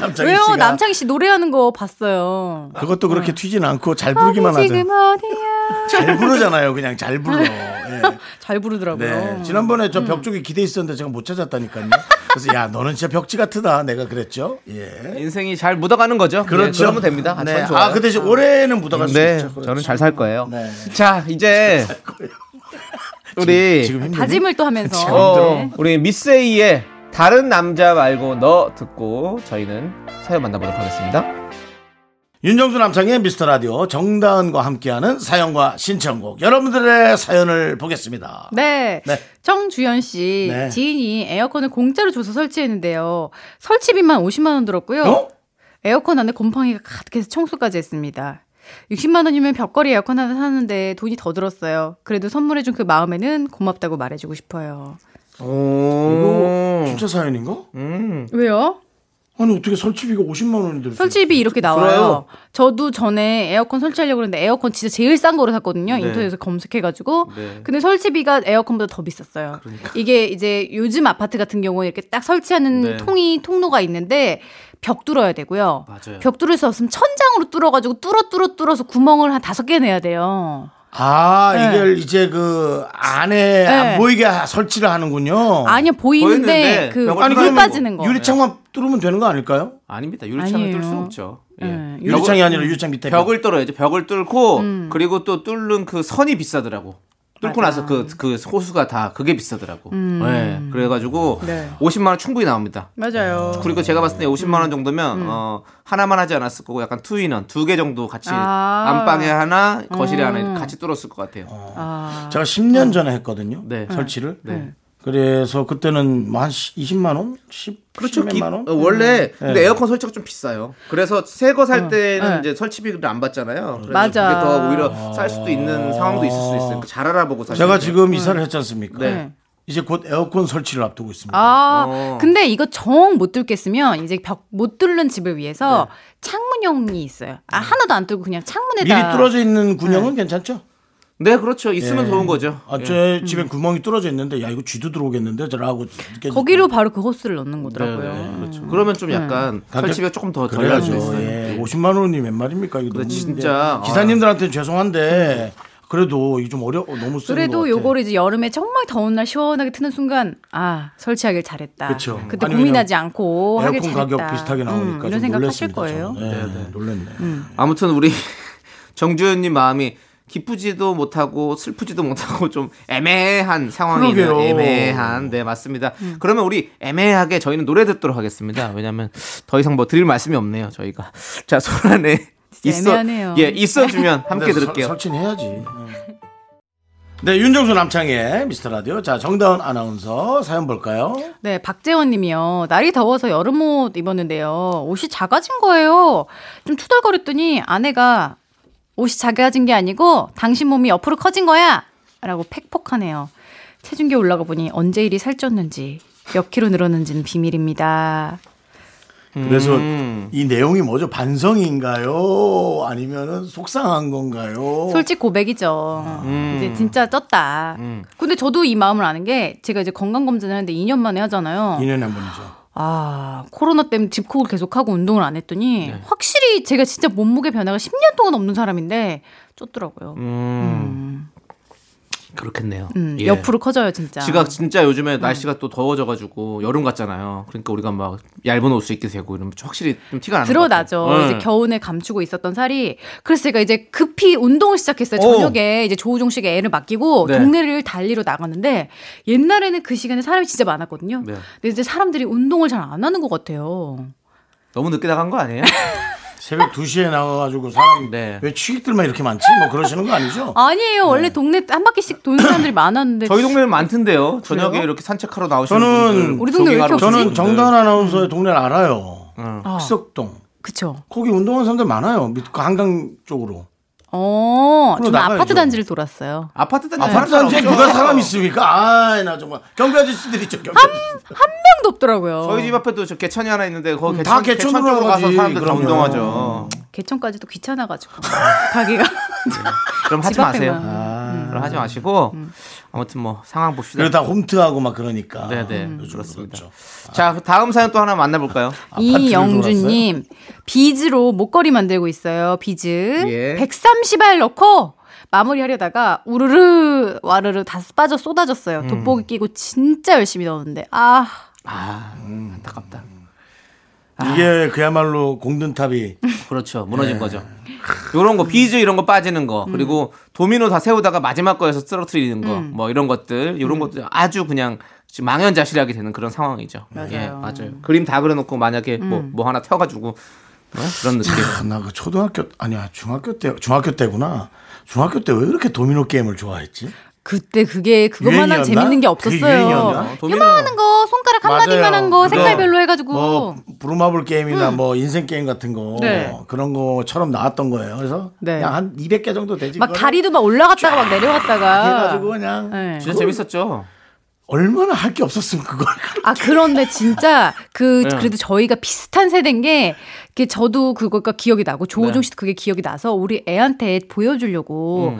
A: 남창희
H: 왜요?
A: 씨가
H: <laughs> 남창희 씨 노래하는 거 봤어요.
A: 그것도 그렇게 튀진 않고 잘 부르기만 하죠.
H: 어디 아. 지금 네. 어디야?
A: 잘 부르잖아요. 그냥 잘 불러. 예.
H: <laughs> 잘 부르더라고요. 음.
A: 네. 지난번에 저 벽 쪽에 기대 있었는데 제가 못 찾았다니까요. 그래서 야, 너는 진짜 벽지 같으다. 내가 그랬죠. 예.
B: 인생이 잘 묻어가는 거죠. 네,
A: 그렇죠.
B: 그러면 됩니다. 아,
A: 네.
B: 전 좋아요.
A: 아, 그 대신 올해는 묻어갈 수
B: 네,
A: 있죠. 그렇죠.
B: 저는 잘 살 거예요.
A: 네.
B: 자, 이제 우리
A: 지금 힘드니?
H: 다짐을 또 하면서
B: 어,
H: 네.
B: 우리 미세이의 다른 남자 말고 너 듣고 저희는 사연 만나보도록 하겠습니다.
A: 윤정수 남창의 미스터 라디오 정다은과 함께하는 사연과 신청곡 여러분들의 사연을 보겠습니다.
H: 네.
A: 네.
H: 정주현 씨
A: 네.
H: 지인이 에어컨을 공짜로 줘서 설치했는데요. 설치비만 50만 원 들었고요.
A: 어?
H: 에어컨 안에 곰팡이가 가득해서 청소까지 했습니다. 60만 원이면 벽걸이 에어컨 하나 사는데 돈이 더 들었어요. 그래도 선물해준 그 마음에는 고맙다고 말해주고 싶어요.
A: 이거 진짜 사연인가?
H: 왜요?
A: 아니 어떻게 설치비가 50만 원이 들어?
H: 설치비 이렇게 나와요. 저도 전에 에어컨 설치하려고 했는데 에어컨 진짜 제일 싼 거로 샀거든요.
B: 네.
H: 인터넷에서 검색해가지고.
B: 네. 그러니까.
H: 근데 설치비가 에어컨보다 더 비쌌어요. 이게 이제 요즘 아파트 같은 경우에 이렇게 딱 설치하는
B: 네.
H: 통이 통로가 있는데 벽 뚫어야 되고요.
B: 맞아요.
H: 벽 뚫을 수 없으면 천장으로 뚫어가지고 뚫어 뚫어 뚫어서 구멍을 한 다섯 개 내야 돼요.
A: 아
H: 네.
A: 이걸 이제 그 안에 안
H: 네.
A: 보이게 하- 설치를 하는군요.
H: 아니요 보이는데,
B: 어. 보이는데
H: 그
B: 벽을
H: 물
B: 뚫어야
H: 빠지는 거.
A: 유리창만 뚫으면 되는 거 아닐까요?
B: 아닙니다. 유리창을 뚫을
H: 아니에요.
B: 수 없죠. 예.
H: 네.
A: 유리창이 아니라 유리창 밑에
B: 벽을 뚫어야죠. 벽을 뚫고
H: 음.
B: 그리고 또 뚫는 그 선이 비싸더라고. 뚫고 나서 그 그 호수가 다 그게 비싸더라고. 예. 그래가지고
H: 음. 네.
B: 50만 원 충분히 나옵니다.
H: 맞아요.
B: 그리고 제가 봤을 때 50만
H: 음.
B: 원 정도면 어, 하나만 하지 않았을 거고 약간 투인원 두 개 정도 같이
H: 아. 음.
B: 안방에 하나 거실에 하나 같이 뚫었을 것 같아요.
A: 제가 10년 전에 했거든요.
B: 네.
A: 설치를.
B: 네.
A: 그래서 그때는 뭐한 20만 원, 10,
B: 그렇죠.
A: 10몇
B: 기-
A: 만 원.
B: 어, 원래 근데
A: 네.
B: 에어컨 설치가 좀 비싸요. 그래서 새 거 살 때는
H: 네.
B: 이제 설치비를 안 받잖아요. 그래서
H: 맞아.
B: 그게 더 오히려 쌀 수도 있는 상황도 있을 수 있어요. 잘 알아보고 사실.
A: 아. 제가 지금 이사를 했지 않습니까?
B: 네.
A: 이제 곧 에어컨 설치를 앞두고 있습니다.
H: 아,
B: 어.
H: 근데 이거 정 못 뚫겠으면 이제 벽 못 뚫는 집을 위해서
A: 네.
H: 창문형이 있어요. 아, 하나도 안 뚫고 그냥 창문에다.
A: 미리 뚫어져 있는 군형은 괜찮죠?
B: 네, 그렇죠. 있으면 좋은 거죠.
A: 아,
B: 예.
A: 제 집에 구멍이 뚫어져 있는데 야 이거 쥐도 들어오겠는데 저라고
H: 거기로 바로 그 호스를 넣는
B: 네,
H: 거더라고요.
B: 네, 그렇죠. 그러면
H: 음.
B: 좀 약간
A: 가격-
B: 설치비가 조금 더 덜할 수
A: 그래야죠.
B: 있어요.
A: 예. 50만 원이 몇 말입니까? 이거 너무
B: 진짜, 아.
A: 이제 기사님들한테는 죄송한데 그래도 이거 좀 어려 너무 쓰는 것
H: 그래도
A: 같아.
H: 요거를 이제 여름에 정말 더운 날 시원하게 트는 순간 아 설치하길 잘했다.
A: 그쵸.
H: 그때
A: 아니,
H: 고민하지 않고 하길
A: 에어컨
H: 잘했다.
A: 가격 비슷하게 나오니까
H: 음,
A: 좀
H: 이런 생각 하실
A: 놀랐습니다,
H: 거예요. 음.
A: 저는. 네, 네. 놀랐네.
B: 아무튼 우리 <laughs> 정주현님 마음이 기쁘지도 못하고 슬프지도 못하고 좀 애매한 상황이네요.
A: 그러게요.
B: 애매한 네 맞습니다. 그러면 우리 애매하게 저희는 노래 듣도록 하겠습니다. 왜냐하면 더 이상 뭐 드릴 말씀이 없네요 저희가. 자 소란에 있어
H: 애매하네요.
B: 예 있어주면
A: 근데
B: 함께
A: 설-
B: 들을게요. 음.
A: 설치는 해야지. 네. 네, 윤정수 남창의 미스터 라디오. 자, 정다운 아나운서 사연 볼까요?
H: 네, 박재원님이요. 날이 더워서 여름 옷 입었는데요. 옷이 작아진 거예요. 좀 투덜거렸더니 아내가 옷이 작아진 게 아니고 당신 몸이 옆으로 커진 거야! 라고 팩폭하네요. 체중계 올라가 보니 언제 이리 살쪘는지 몇 킬로 늘었는지는 비밀입니다.
B: 음.
A: 그래서 이 내용이 뭐죠? 반성인가요? 아니면은 속상한 건가요?
H: 솔직 고백이죠.
A: 음.
H: 이제 진짜 쪘다. 근데 저도 이 마음을 아는 게 제가 이제 건강 검진을 하는데 2년 만에 하잖아요.
A: 2년에 한 번이죠.
H: 아, 코로나 때문에 집콕을 계속하고 운동을 안 했더니
B: 네.
H: 확실히 제가 진짜 몸무게 변화가 10년 동안 없는 사람인데 쪘더라고요.
B: 음. 그렇겠네요.
H: 음,
B: 음. 예.
H: 옆으로 커져요 진짜.
B: 지각 진짜 요즘에 날씨가 또 더워져가지고 여름 같잖아요. 그러니까 우리가 막 얇은 옷을 입게 되고 이러면 확실히 좀 티가 나는 것
H: 드러나죠.
B: 같아요.
H: 이제
B: 예.
H: 겨운에 감추고 있었던 살이. 그래서 제가 이제 급히 운동을 시작했어요. 저녁에 이제 조우종 씨가 애를 맡기고
B: 네.
H: 동네를 달리러 나갔는데 옛날에는 그 시간에 사람이 진짜 많았거든요.
B: 네.
H: 근데 이제 사람들이 운동을 잘 안 하는 것 같아요.
B: 너무 늦게 나간 거 아니에요?
A: 새벽 2시에 나가가지고 사람
B: 네.
A: 왜 취객들만 이렇게 많지? 뭐 그러시는 거 아니죠?
H: 아니에요. 원래 동네 한 바퀴씩 도는 사람들이 많았는데
B: 저희 동네는 많던데요. 저녁에
H: 그 아, 그래요?
B: 이렇게 산책하러 나오시는
A: 저는-
B: 분들,
H: 우리 동네 왜
B: 조깅하러
H: 이렇게
B: 오시는
A: 저는
B: 분들.
H: 없지?
A: 정다은 아나운서의 동네를 알아요.
H: 아,
A: 흑석동.
H: 그쵸.
A: 거기 운동하는 사람들 많아요. 밑- 그 한강 쪽으로.
H: 어, 저는
A: 나가야죠.
H: 아파트 단지를 돌았어요.
B: 아파트 그렇죠. 단지
A: 아파트 단지에 누가 사람 있습니까? 아이, 나 정말. 경비 아저씨들 있죠, 경비 아저씨들.
H: 도 없더라고요.
B: 저희 집 앞에도 저 개천이 하나 있는데 거기 개천,
A: 음, 다
B: 개천
A: 개천으로
B: 쪽으로 가서
A: 가지,
B: 사람들 다
A: 그럼요.
B: 운동하죠.
H: 음. 개천까지도 귀찮아가지고 <laughs> 가기가
B: 그럼 하지
H: 집
B: 마세요.
H: 앞에만. 음.
B: 그럼 하지 마시고 아무튼 뭐 상황
A: 음.
B: 봅시다.
A: 그러다 홈트하고 막 그러니까.
B: 네, 네.
A: 요즘
B: 그렇습니다.
A: 그렇죠.
B: 자 다음 사연 또 하나 만나볼까요?
H: 이영준님 비즈로 목걸이 만들고 있어요. 비즈
B: 예.
H: 130알 넣고 마무리하려다가 우르르 와르르 다 빠져 쏟아졌어요. 돋보기 끼고 진짜 열심히 넣었는데 아
B: 아 안타깝다.
A: 이게 그야말로 공든탑이
B: 그렇죠. 무너진 거죠. 요런 거 비즈 이런 거 빠지는 거 그리고 도미노 다 세우다가 마지막 거에서 쓰러뜨리는 거 뭐 이런 것들 요런 것들 아주 그냥 지금 망연자실하게 되는 그런 상황이죠. 맞아요. 예, 맞아요. 그림 다 그려놓고 만약에 뭐 뭐 하나 펴가지고 뭐 그런 느낌.
A: 나그 초등학교 아니야 중학교 때 중학교 때구나 중학교 때 왜 그렇게 도미노 게임을 좋아했지?
H: 그때 그게 그것만한
A: 유행이었나?
H: 재밌는 게
A: 그게 유행이었나?
H: 없었어요.
B: 도미노.
H: 요만한 거 손가락 한 마디만 한 거
A: 맞아요.
H: 색깔별로 해가지고 음.
A: 뭐 부루마블 게임이나 뭐 인생 게임 같은 거뭐
H: 네.
A: 그런 거처럼 나왔던 거예요. 그래서
H: 네.
A: 그냥 한 200개 정도 되지.
H: 막
A: 그거를
H: 다리도 막 올라갔다가 막 내려갔다가
A: 해가지고 그냥
H: 네.
B: 진짜 재밌었죠.
A: 얼마나 할 게 없었으면 그걸
H: 아 그런데 진짜 그
B: 네.
H: 그래도 저희가 비슷한 세대인 게 그게 저도 그거가 기억이 나고
B: 네.
H: 조우종 씨도 그게 기억이 나서 우리 애한테 보여주려고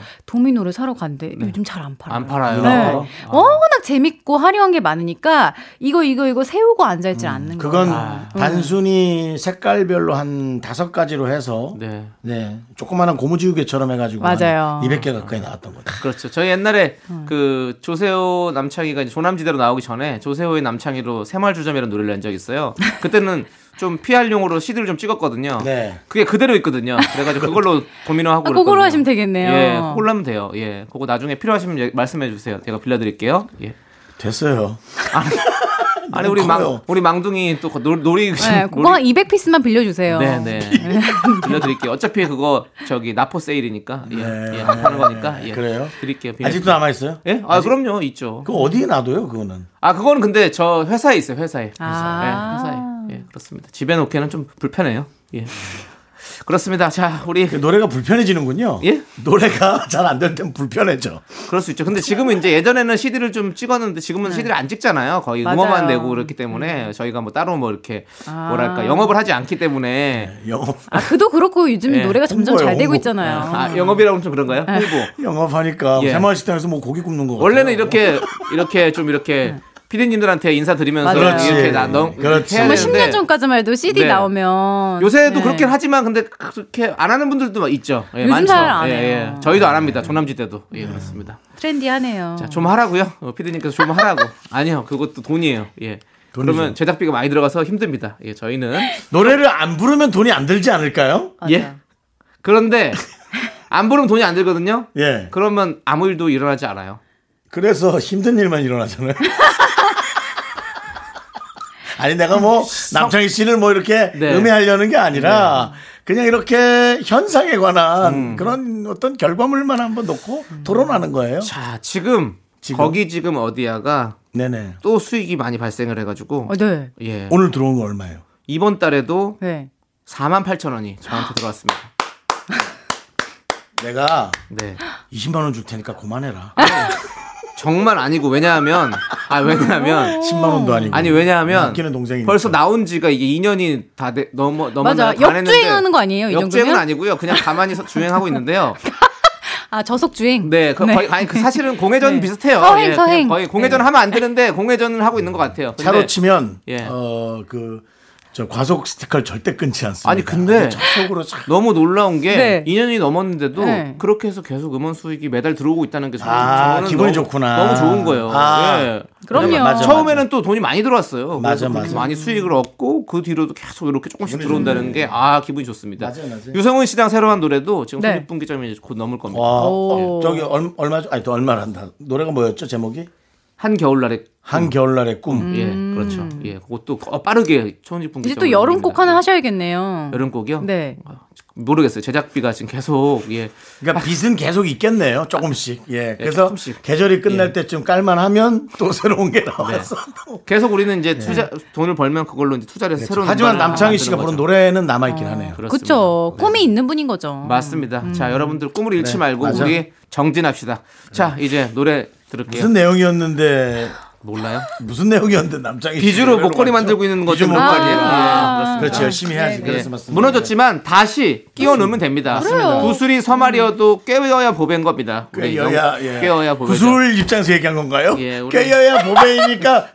H: 도미노를 사러 간대 요즘 잘 안 팔아요.
B: 음. 네. 안 팔아요.
H: 네. 워낙 재밌고 화려한 게 많으니까 이거 이거 이거 세우고 앉아
B: 음.
H: 있질 않는 거예요.
A: 그건 단순히 색깔별로 한 다섯 가지로 해서 네.
B: 네.
A: 조그마한 고무지우개처럼 해가지고
H: 맞아요.
A: 200개 가까이 나왔던 거죠.
B: 그렇죠. 저희 옛날에 그 조세호 남창희가 이제 조남지대로 나오기 전에 조세호의 남창희로 새말주점이라는 노래를 낸 적이 있어요. 그때는 좀 PR용으로 CD를 좀 찍었거든요.
A: 네.
B: 그게 그대로 있거든요. 그래가지고 그걸로 고민을 하고
H: 그렇죠. 아,
B: 그랬거든요.
H: 그걸로 하시면 되겠네요.
B: 예, 그걸로 하면 돼요. 예, 그거 나중에 필요하시면 예, 말씀해 주세요. 제가 빌려드릴게요. 예.
A: 됐어요.
B: 아니 우리
A: 커요.
B: 망 우리 망둥이 또 놀- 놀이
H: 네,
B: 놀이-
H: 그거 한 200피스만 빌려주세요.
B: 네네
H: <laughs>
B: 빌려드릴게요. 어차피 그거 저기 나포 세일이니까 예,
A: 네.
B: 예, 안 파는 거니까 예.
A: 그래요?
B: 드릴게요. 빌려-
A: 아직도 남아 있어요?
B: 예? 아 그럼요 있죠.
A: 그거 어디에 놔둬요? 그거는
B: 아 그거는 근데 저 회사에 있어요 회사에 예,
H: 아.
B: 회사에 예 그렇습니다 집에 놓기에는 좀 불편해요 예 그렇습니다 자 우리
A: 노래가 불편해지는군요.
B: 예?
A: 노래가 <laughs> 잘 안 될 땐 불편해져.
B: 그럴 수 있죠 근데 지금은 이제 예전에는 CD를 좀 찍었는데 지금은 CD를 안 찍잖아요 거의
H: 네. 맞아요.
B: 음원만 내고 그렇기 때문에 저희가 뭐 따로 뭐 이렇게
H: 아.
B: 뭐랄까 영업을 하지 않기 때문에
A: 영업
H: 아 그도 그렇고 요즘
B: 네,
H: 노래가 점점
A: 홍보예요,
H: 잘 되고
A: 홍보.
H: 있잖아요. 네.
B: 아 영업이라고는 좀 그런가요 홍보
A: 영업하니까
B: 예.
A: 새마을식당에서 뭐 고기 굽는 거.
B: 원래는
A: 같아요.
B: 이렇게 이렇게 좀 이렇게 피디님들한테 인사드리면서
H: 네. 맞아요.
B: 이렇게 나 넘-
A: 그렇지.
B: 해야
H: 정말
B: 되는데
H: 10년 전까지만 해도 CD
B: 네.
H: 나오면
B: 요새도
H: 네.
B: 그렇긴 하지만 근데 그렇게 안 하는 분들도 있죠. 예,
H: 요즘
B: 많죠.
H: 잘안
B: 예,
H: 해요. 네.
B: 예. 저희도 안 합니다. 조남지 때도 예, 그렇습니다.
H: 트렌디하네요.
B: 자, 좀 하라고요. 어, 피디님께서 좀 하라고. <laughs> 아니요, 그것도 돈이에요. 예. 그러면 제작비가 많이 들어가서 힘듭니다. 예, 저희는
A: 뭐 노래를 안 부르면 돈이 안 들지 않을까요?
H: 맞아요.
B: 예. 그런데 안 부르면 돈이 안 들거든요.
A: 예.
B: 그러면 아무 일도 일어나지 않아요.
A: 그래서 힘든 일만 일어나잖아요. <laughs> 아니 내가 뭐 남창희 씨를 뭐 이렇게
B: 네.
A: 음해하려는 게 아니라 그냥 이렇게 현상에 관한
B: 음.
A: 그런 어떤 결과물만 한번 놓고 토론하는 거예요.
B: 자, 지금,
A: 지금?
B: 거기 지금 어디야가
A: 네네.
B: 또 수익이 많이 발생을 해가지고
H: 어, 네.
B: 예
A: 오늘 들어온 거 얼마예요?
B: 이번 달에도
H: 네.
B: 4만 8천 원이 저한테 들어왔습니다.
A: 내가
B: 네.
A: 20만 원 줄 테니까 그만해라.
B: 아. 정말 아니고 왜냐하면 아 왜냐하면
A: 10만 원도 아니고.
B: 아니 왜냐하면
A: 웃기는 동생이니까.
B: 벌써 나온 지가 이게 2년이 다 돼- 넘어 넘어
H: 맞아. 역주행하는 거 아니에요, 이
B: 역주행은
H: 정도면?
B: 아니고요. 그냥 가만히 서 주행하고
H: <laughs>
B: 있는데요.
H: 아 저속 주행.
B: 네, 그, 거의 아니 그 사실은 공회전 비슷해요.
H: 네.
B: 예,
H: 서행, 네.
B: 그냥
H: 서행.
B: 거의 공회전 하면 안 되는데 공회전을 하고 있는 것 같아요. 근데
A: 차로 치면
B: 예.
A: 어 그 저 과속 스티커를 절대 끊지 않습니다.
B: 아니, 근데
A: 속으로 참
B: 너무 놀라운 게
H: 네.
B: 2년이 넘었는데도
H: 네.
B: 그렇게 해서 계속 음원 수익이 매달 들어오고 있다는 게 저는
A: 아,
B: 저는
A: 기분이
B: 너무-
A: 좋구나.
B: 너무 좋은 거예요.
A: 아,
B: 예.
H: 그럼요.
A: 맞아, 맞아.
B: 처음에는 또 돈이 많이 들어왔어요.
A: 맞아,
B: 맞아, 맞
A: 맞아.
B: 많이 수익을 얻고 그 뒤로도 계속 이렇게 조금씩 들어온다는 게 아 기분이 좋습니다.
A: 맞아요, 맞아요.
B: 유성훈 씨랑 새로 한 노래도 지금
H: 네.
B: 독립분기점이 곧 넘을 겁니다.
A: 와, 어,
H: 오.
A: 저기 얼, 얼마 전- 아니 또 얼마란다. 노래가 뭐였죠 제목이?
B: 한 겨울날에
A: 한 겨울날의 꿈.
B: 예 그렇죠. 예 그것도 어, 빠르게 초원집분기점
H: 음.
B: 예,
H: 이제 또 여름 곡 하나 하셔야겠네요.
B: 여름곡이요?
H: 네.
B: 아, 모르겠어요. 제작비가 지금 계속 예
A: 그러니까 빚은 계속 있겠네요. 조금씩. 예. 그래서
B: 조금씩.
A: 계절이 끝날
B: 예. 네.
A: 때쯤 깔만하면 또 새로운 게 나와서.
B: 계속 우리는 이제 투자 돈을 벌면 그걸로 이제 투자를 해서 새로운
A: 네. 그렇죠. 하지만
B: 음반을
A: 남창희
B: 만드는
A: 씨가 부른
B: 거죠.
A: 노래는 남아 있긴 하네요.
B: 그렇습니다.
H: 그쵸. 음. 꿈이 있는 분인 거죠.
B: 맞습니다. 자 여러분들 꿈을 잃지 말고
A: 네. 맞아. 네.
B: 우리 정진합시다. 자 이제 노래 들을게요.
A: 무슨 내용이었는데 <laughs>
B: 몰라요?
A: 무슨 내용이었는데 남창희 씨
B: 비주로
A: 노래로
B: 목걸이
A: 갔죠?
B: 만들고 있는 거죠.
A: 비주 목걸이요.
B: 아, 그렇습니다.
A: 그렇지 열심히 해야지. 그래서 맞습니다.
B: 무너졌지만 다시 끼워 넣으면 됩니다.
H: 그래요.
B: 구슬이 서말이어도 깨어야 보배인 겁니다. 우리
A: 깨어야
B: 영-
A: 예.
B: 네, 깨어야 보배죠.
A: 구슬 입장에서 얘기한 건가요?
B: 예, 우리-
A: 깨어야
B: <laughs>
A: 보배이니까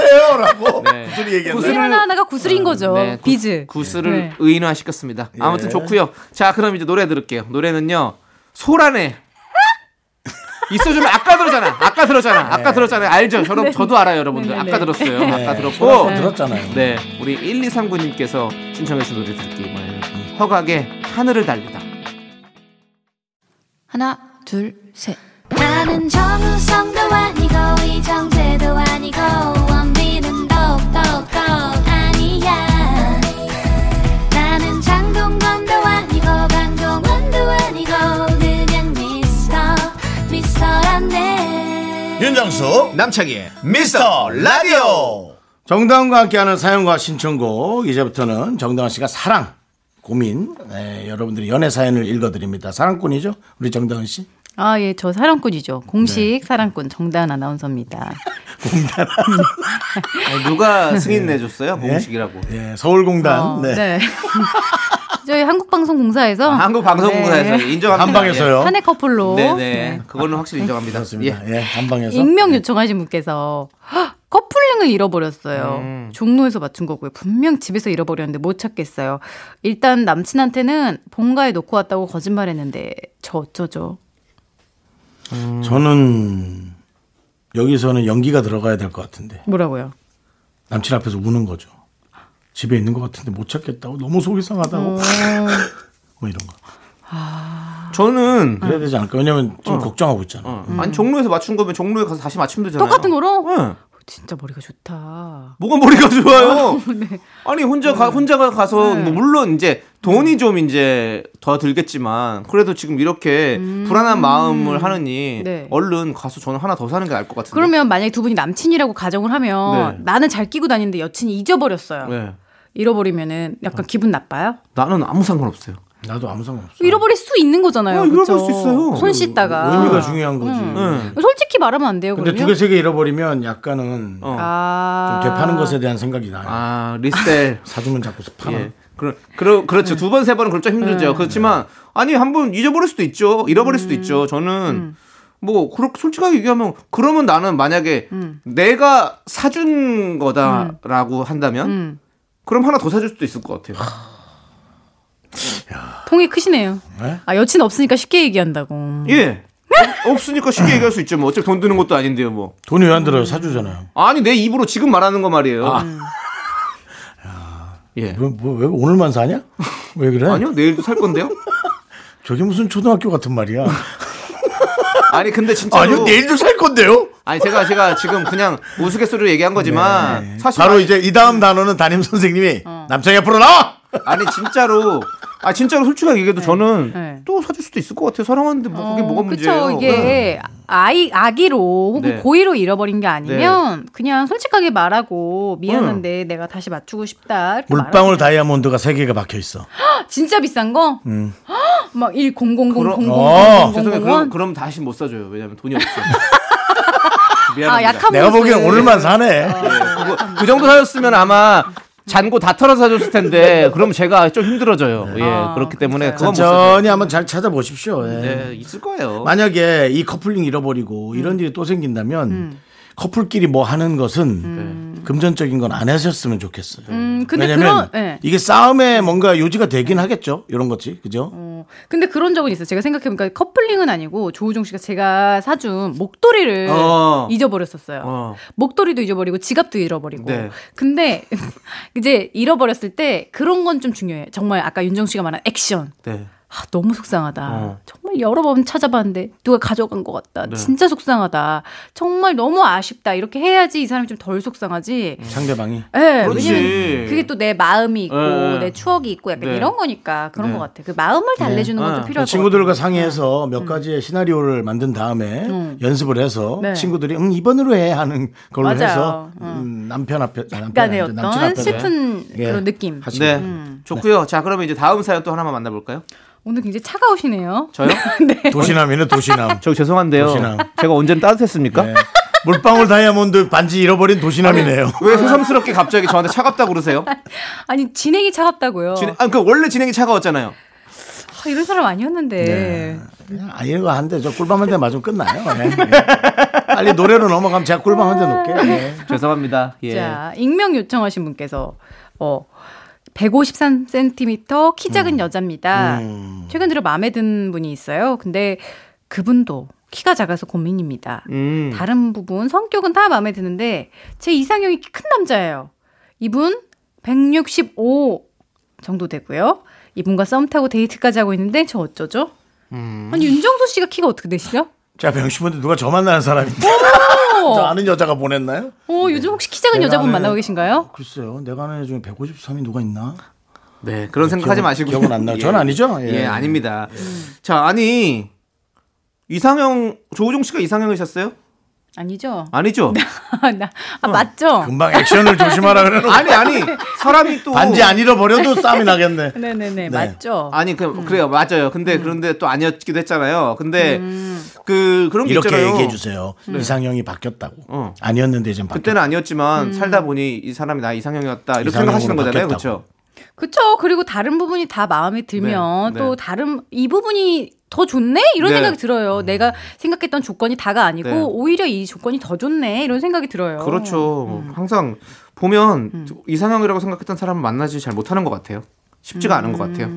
A: 깨워주세요라고 구슬이
H: 구슬
A: 얘기했나요?
H: 하나하나가 구슬인 거죠.
B: 네, 구-
H: 비즈.
B: 구슬을
H: 네.
B: 의인화시켰습니다. 아무튼
A: 예.
B: 좋고요. 자, 그럼 이제 노래 들을게요. 노래는요. 소란에 있어주면 아까 들었잖아. 아까 들었잖아. 아까
A: 네.
B: 들었잖아요. 알죠? 저도, 저도 알아요, 여러분들.
H: 네, 네,
B: 아까
H: 네.
B: 들었어요. 아까 들었고.
A: 소란에 들었잖아요.
B: 네. 우리 1239님께서 신청해주신 노래 들을게요. 이번에는 허각의 하늘을 달리다.
H: 하나, 둘, 셋.
C: 나는 정우성도 아니고 이정재도 아니고 원빈은 더욱더 아니야 나는 장동건도 아니고 강동원도 아니고 그냥 미스터 미스터란데
A: 윤정수 남창희 미스터 라디오 정다운과 함께하는 사연과 신청곡 이제부터는 정다운 씨가 사랑 고민 네, 여러분들이 연애 사연을 읽어드립니다 사랑꾼이죠 우리 정다운 씨
H: 아, 예, 저 사랑꾼이죠. 공식
B: 네.
H: 사랑꾼 정다은 아나운서입니다.
B: 어, <laughs> 누가 승인 내줬어요? 공식이라고.
A: 예, 서울공단
H: 어,
A: 네.
H: 네. <laughs> 저희 한국방송공사에서
B: 아, 한국방송공사에서
H: 네.
B: 인정합니다. 예.
A: 한방에서요
H: 사내 커플로
B: 네네. 그거는 확실히 인정합니다.
A: 그렇습니다
B: 예.
A: 예, 한방에서
H: 익명 요청하신 분께서 "헉, 커플링을 잃어버렸어요.
A: 음.
H: 종로에서 맞춘 거고요. 분명 집에서 잃어버렸는데 못 찾겠어요. 일단 남친한테는 본가에 놓고 왔다고 거짓말했는데 저 어쩌죠?
A: 저는 여기서는 연기가 들어가야 될 것 같은데
H: 뭐라고요?
A: 남친 앞에서 우는 거죠 집에 있는 것 같은데 못 찾겠다고 너무 속이 상하다고
B: 어.
A: <laughs> 뭐 이런 거
B: 저는
A: 그래야 되지 않을까 왜냐면 좀 걱정하고 있잖아
B: 어. 아니 종로에서 맞춘 거면 종로에 가서 다시 맞추면 되잖아요.
H: 똑같은 거로? 어,
B: 응.
H: 진짜 머리가 좋다. <laughs> 네.
B: 뭐가 머리가 좋아요. 아니 혼자 가 혼자가 가서 뭐 물론 이제 돈이 좀 이제 더 들겠지만 그래도 지금 이렇게 불안한 마음을 하느니
H: 네.
B: 얼른 가서 저는 하나 더 사는 게 나을 것 같은데.
H: 그러면 만약에 두 분이 남친이라고 가정을 하면
B: 네.
H: 나는 잘 끼고 다니는데 여친이 잊어버렸어요.
B: 네.
H: 잃어버리면은 약간 기분 나빠요?
A: 어.
B: 나는 아무 상관없어요.
A: 나도 아무 상관없어 아.
H: 잃어버릴 수 있는 거잖아요.
B: 어, 잃어버릴
H: 그쵸?
B: 수 있어요.
H: 손 씻다가.
A: 의미가 중요한 거지.
B: 아. 응.
H: 솔직히 말하면 안 돼요.
A: 근데
H: 그러면?
A: 두 개 세 개 잃어버리면 약간은
B: 어.
H: 아.
A: 좀 되파는 것에 대한 생각이 나요.
B: 아 리셀.
A: 사주면 자꾸 파는.
B: <laughs> 예. 그러, 그러, 그렇죠. 두 번, 세 번은 그렇죠. 힘들죠. 그렇지만, 아니, 한 번 잊어버릴 수도 있죠. 잃어버릴
A: 음.
B: 수도 있죠. 저는, 뭐, 그렇게 솔직하게 얘기하면, 그러면 나는 만약에
A: 음.
B: 내가 사준 거다라고 한다면,
A: 음.
B: 그럼 하나 더 사줄 수도 있을 것 같아요.
H: 통이 크시네요.
A: 네?
H: 아 여친 없으니까 쉽게 얘기한다고.
B: 예. 없- 없으니까 쉽게 얘기할 수 있죠. 뭐, 어차피 돈 드는 것도 아닌데요, 뭐.
A: 돈이 왜 안 들어요? 사주잖아요.
B: 아니, 내 입으로 지금 말하는 거 말이에요.
A: 아.
B: 예.
A: 왜, 뭐, 왜 오늘만 사냐? 왜 그래?
B: 아니요, 내일도 살 건데요?
A: 저게 무슨 초등학교 같은
B: <laughs>
A: 말이야.
B: 아니, 근데 진짜.
A: 아니요, 내일도 살 건데요?
B: 아니, 제가, 제가 지금 그냥 우스갯소리로 얘기한 거지만, 사실.
A: 바로 이제 이 다음 단어는 담임 선생님이 남창이 앞으로 나와!
B: 아니 진짜로 아 진짜로 솔직하게 얘기해도 저는
H: 네.
B: 또 사줄 수도 있을 것 같아요. 사랑하는데 뭐 그게
H: 어,
B: 뭐가 문제예요?
H: 그쵸 이게 아이 아기로 혹은
B: 네.
H: 고의로 잃어버린 게 아니면 그냥 솔직하게 말하고 미안한데 내가 다시 맞추고 싶다. 이렇게 말하고.
A: 물방울 다이아몬드가 세 개가 박혀 있어.
H: 진짜 비싼 거? 막1 0 0 0 0 0 0
A: 음. 어.
B: 죄송해요.
H: 0
B: 그럼
H: 0
B: 그럼 다시 못 사줘요. 왜냐면 돈이
H: <laughs>
B: 없어.
H: 아
B: 미안합니다.
H: 약한 아.
A: 내가 보기엔
H: 모습.
A: 오늘만 사네.
B: 네, 그거- 그 정도 사줬으면 아마 잔고 다 털어 사줬을 텐데 그럼 제가 좀 힘들어져요. 예
H: 아,
B: 그렇기 때문에 그거 못 네. 사줘요.
A: 천천히 한번 잘
H: 음.
A: 찾아보십시오. 예.
B: 네 있을 거예요.
H: 음.
A: 만약에 이 커플링 잃어버리고 이런 일이 또 생긴다면 커플끼리 뭐 하는 것은
B: 네.
A: 금전적인 건 안 하셨으면 좋겠어요.
H: 음, 근데
A: 왜냐면
H: 그런- 네.
A: 이게 싸움에 뭔가 요지가 되긴 하겠죠. 이런 거지, 그죠?
H: 어, 근데 그런 적은 있어요. 제가 생각해보니까 커플링은 아니고 조우종 씨가 제가 사준 목도리를
B: 어.
H: 잊어버렸었어요.
B: 어.
H: 목도리도 잊어버리고 지갑도 잃어버리고.
B: 네.
H: 근데 <laughs> 이제 잃어버렸을 때 그런 건 좀 중요해요. 정말 아까 윤정 씨가 말한 액션.
B: 네.
H: 아, 너무 속상하다.
B: 어. 네.
H: 정말 여러 번 찾아봤는데 누가 가져간 것 같다. 진짜 속상하다. 정말 너무 아쉽다. 이렇게 해야지 이 사람이 좀 덜 속상하지.
A: 상대방이.
H: 예,
B: 그렇지.
H: 왜냐면 그게 또 내 마음이 있고
B: 예.
H: 내 추억이 있고 약간
B: 네.
H: 이런 거니까 그런
B: 네.
H: 것 같아. 그 마음을 음. 달래주는
B: 네.
H: 것도
B: 아,
H: 필요할 것
A: 친구들과 상의해서 몇 가지의 시나리오를 만든 다음에 연습을 해서
H: 네.
A: 친구들이 음 이번으로 해 하는 걸로
H: 맞아요.
A: 해서
H: 어.
A: 음, 남편 앞에 아, 남편
H: 같아요. 약간의
A: 아니죠. 남친 앞에
H: 어떤 슬픈
A: 예.
H: 그런 느낌.
A: 하시-
B: 네.
A: 음.
B: 좋고요. 자, 그러면 이제 다음 사연 또 하나만 만나볼까요? 오늘
H: 굉장히 차가우시네요. <laughs>
B: 저요?
A: 도시남이네 도시남.
B: 저 죄송한데요.
A: 도시남.
B: 제가 언젠 따뜻했습니까?
A: 네. 물방울 다이아몬드 반지 잃어버린 도시남이네요.
B: 왜 새삼스럽게 갑자기 저한테 차갑다 그러세요?
H: 아니 진행이 차갑다고요.
B: 진행, 아, 그 원래 진행이 차가웠잖아요.
H: 아, 이런 사람 아니었는데.
B: 네.
A: 네. 그냥 아예가 한데 저 꿀밤 한 대 맞으면 끝나요. 예. 예. 빨리 노래로 넘어가면 제가 꿀밤 한 대 놓을게요. 예.
B: 죄송합니다. 예.
H: 자, 익명 요청하신 분께서 어 153cm 키 작은 여자입니다. 최근 들어 마음에 든 분이 있어요. 근데 그분도 키가 작아서 고민입니다.
B: 음.
H: 다른 부분 성격은 다 마음에 드는데 제 이상형이 키 큰 남자예요. 이분 165 정도 되고요. 이분과 썸 타고 데이트까지 하고 있는데 저 어쩌죠? 아니 윤정수 씨가 키가 어떻게 되시죠?
A: 자 병신분들 누가 저 만나는 사람인데 저
H: 어,
A: 아는 여자가 보냈나요?
H: 어 요즘 혹시 키 작은
A: 내가
H: 여자분
A: 아는-
H: 만나고 계신가요?
A: 글쎄요. 내가 아는 애 중에 153이 누가 있나?
B: 네, 그런 생각하지
A: 기억은-
B: 마시고.
A: 기억은 안 나요. 저는 아니죠?
B: 예,
A: 예.
B: 아닙니다. 자, 아니 이상형 조우종 씨가 이상형이셨어요?
H: 아니죠. <laughs>
B: 아니죠?
H: 나, 아, 맞죠?
A: 금방 액션을 조심하라 그래놓고
B: 아니 아니 사람이 또
A: 반지 안 잃어버려도 싸움이 나겠네.
H: 네네네,
A: 네.
H: 맞죠?
B: 아니 그 그래요 맞아요. 근데 그런데 또 아니었기도 했잖아요. 근데 그 그런 게
A: 이렇게
B: 있잖아요. 네.
A: 얘기해 주세요. 이상형이 바뀌었다고.
B: 어.
A: 아니었는데 지금 바뀌었다.
B: 그때는 아니었지만 살다 보니 이 사람이 나 이상형이었다 이렇게
A: 이상형으로
B: 생각하시는 거잖아요,
A: 바뀌었다고.
B: 그렇죠?
H: 그쵸. 그리고 다른 부분이 다 마음에 들면
B: 네, 네.
H: 또 다른, 이 부분이 더 좋네? 이런
B: 네.
H: 생각이 들어요.
A: 음.
H: 내가 생각했던 조건이 다가 아니고
B: 네.
H: 오히려 이 조건이 더 좋네? 이런 생각이 들어요.
B: 그렇죠.
H: 음.
B: 항상 보면 이상형이라고 생각했던 사람을 만나지 잘 못하는 것 같아요. 쉽지가 않은 것 같아요.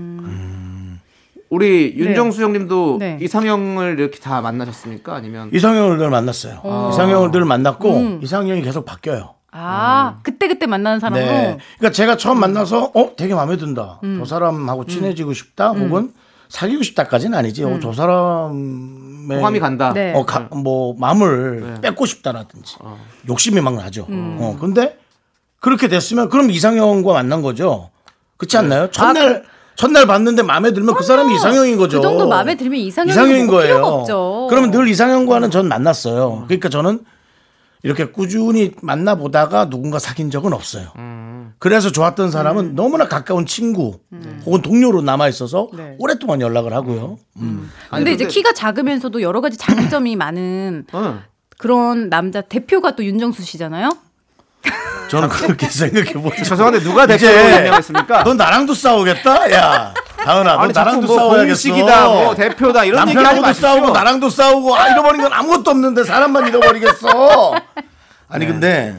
B: 우리 윤정수 형님도
H: 음. 네.
B: 이상형을 이렇게 다 만나셨습니까? 아니면
A: 이상형을 늘 만났어요.
B: 아.
A: 이상형을 늘 만났고 이상형이 계속 바뀌어요.
H: 아, 그때그때 만나는 사람으로?
A: 음. 네. 그러니까 제가 처음 만나서 어 되게 마음에 든다. 저 사람하고
H: 음.
A: 친해지고 싶다. 혹은 사귀고 싶다까지는 아니지. 어, 저 사람의
B: 호감이 간다. 음. 네.
H: 네.
A: 어, 가- 뭐 마음을 뺏고 싶다라든지
B: 어.
A: 욕심이 막 나죠.
H: 음.
A: 어, 근데 그렇게 됐으면 그럼 이상형과 만난 거죠.
B: 네.
A: 그렇지 않나요? 첫날 첫날 봤는데 마음에 들면 그 사람이 이상형인 거죠.
H: 아, 그 정도 마음에 들면 이상형이
A: 이상형인
H: 뭐가
A: 거예요.
H: 필요가 없죠.
A: 그러면 늘 이상형과는 전 만났어요. 그러니까 저는 이렇게 꾸준히 만나보다가 누군가 사귄 적은 없어요. 그래서 좋았던 사람은
H: 음.
A: 너무나 가까운 친구 혹은 동료로 남아 있어서
H: 네. 음.
A: 오랫동안 연락을 하고요. 음.
B: 아니,
H: 근데, 이제 키가 작으면서도 여러
A: <clears throat>
H: 가지 장점이 많은
A: 어.
B: 응.
H: 그런 남자 대표가 또 윤정수 씨잖아요? 아,
A: 저는
H: 네.
A: 그렇게 생각해 보죠.
B: 죄송한데 누가
A: 이제
B: 대표로 임명했습니까?
A: 너 나랑도 싸우겠다? 야, 다은아, 너
B: 아니
A: 나랑도
B: 자꾸 뭐
A: 싸워야겠어.
B: 공식이다, 뭐 대표다 이런 얘기 하지
A: 남편하고도
B: 마시고.
A: 싸우고 나랑도 싸우고 아 잃어버린 건 아무것도 없는데 사람만 잃어버리겠어. 아니
B: 네.
A: 근데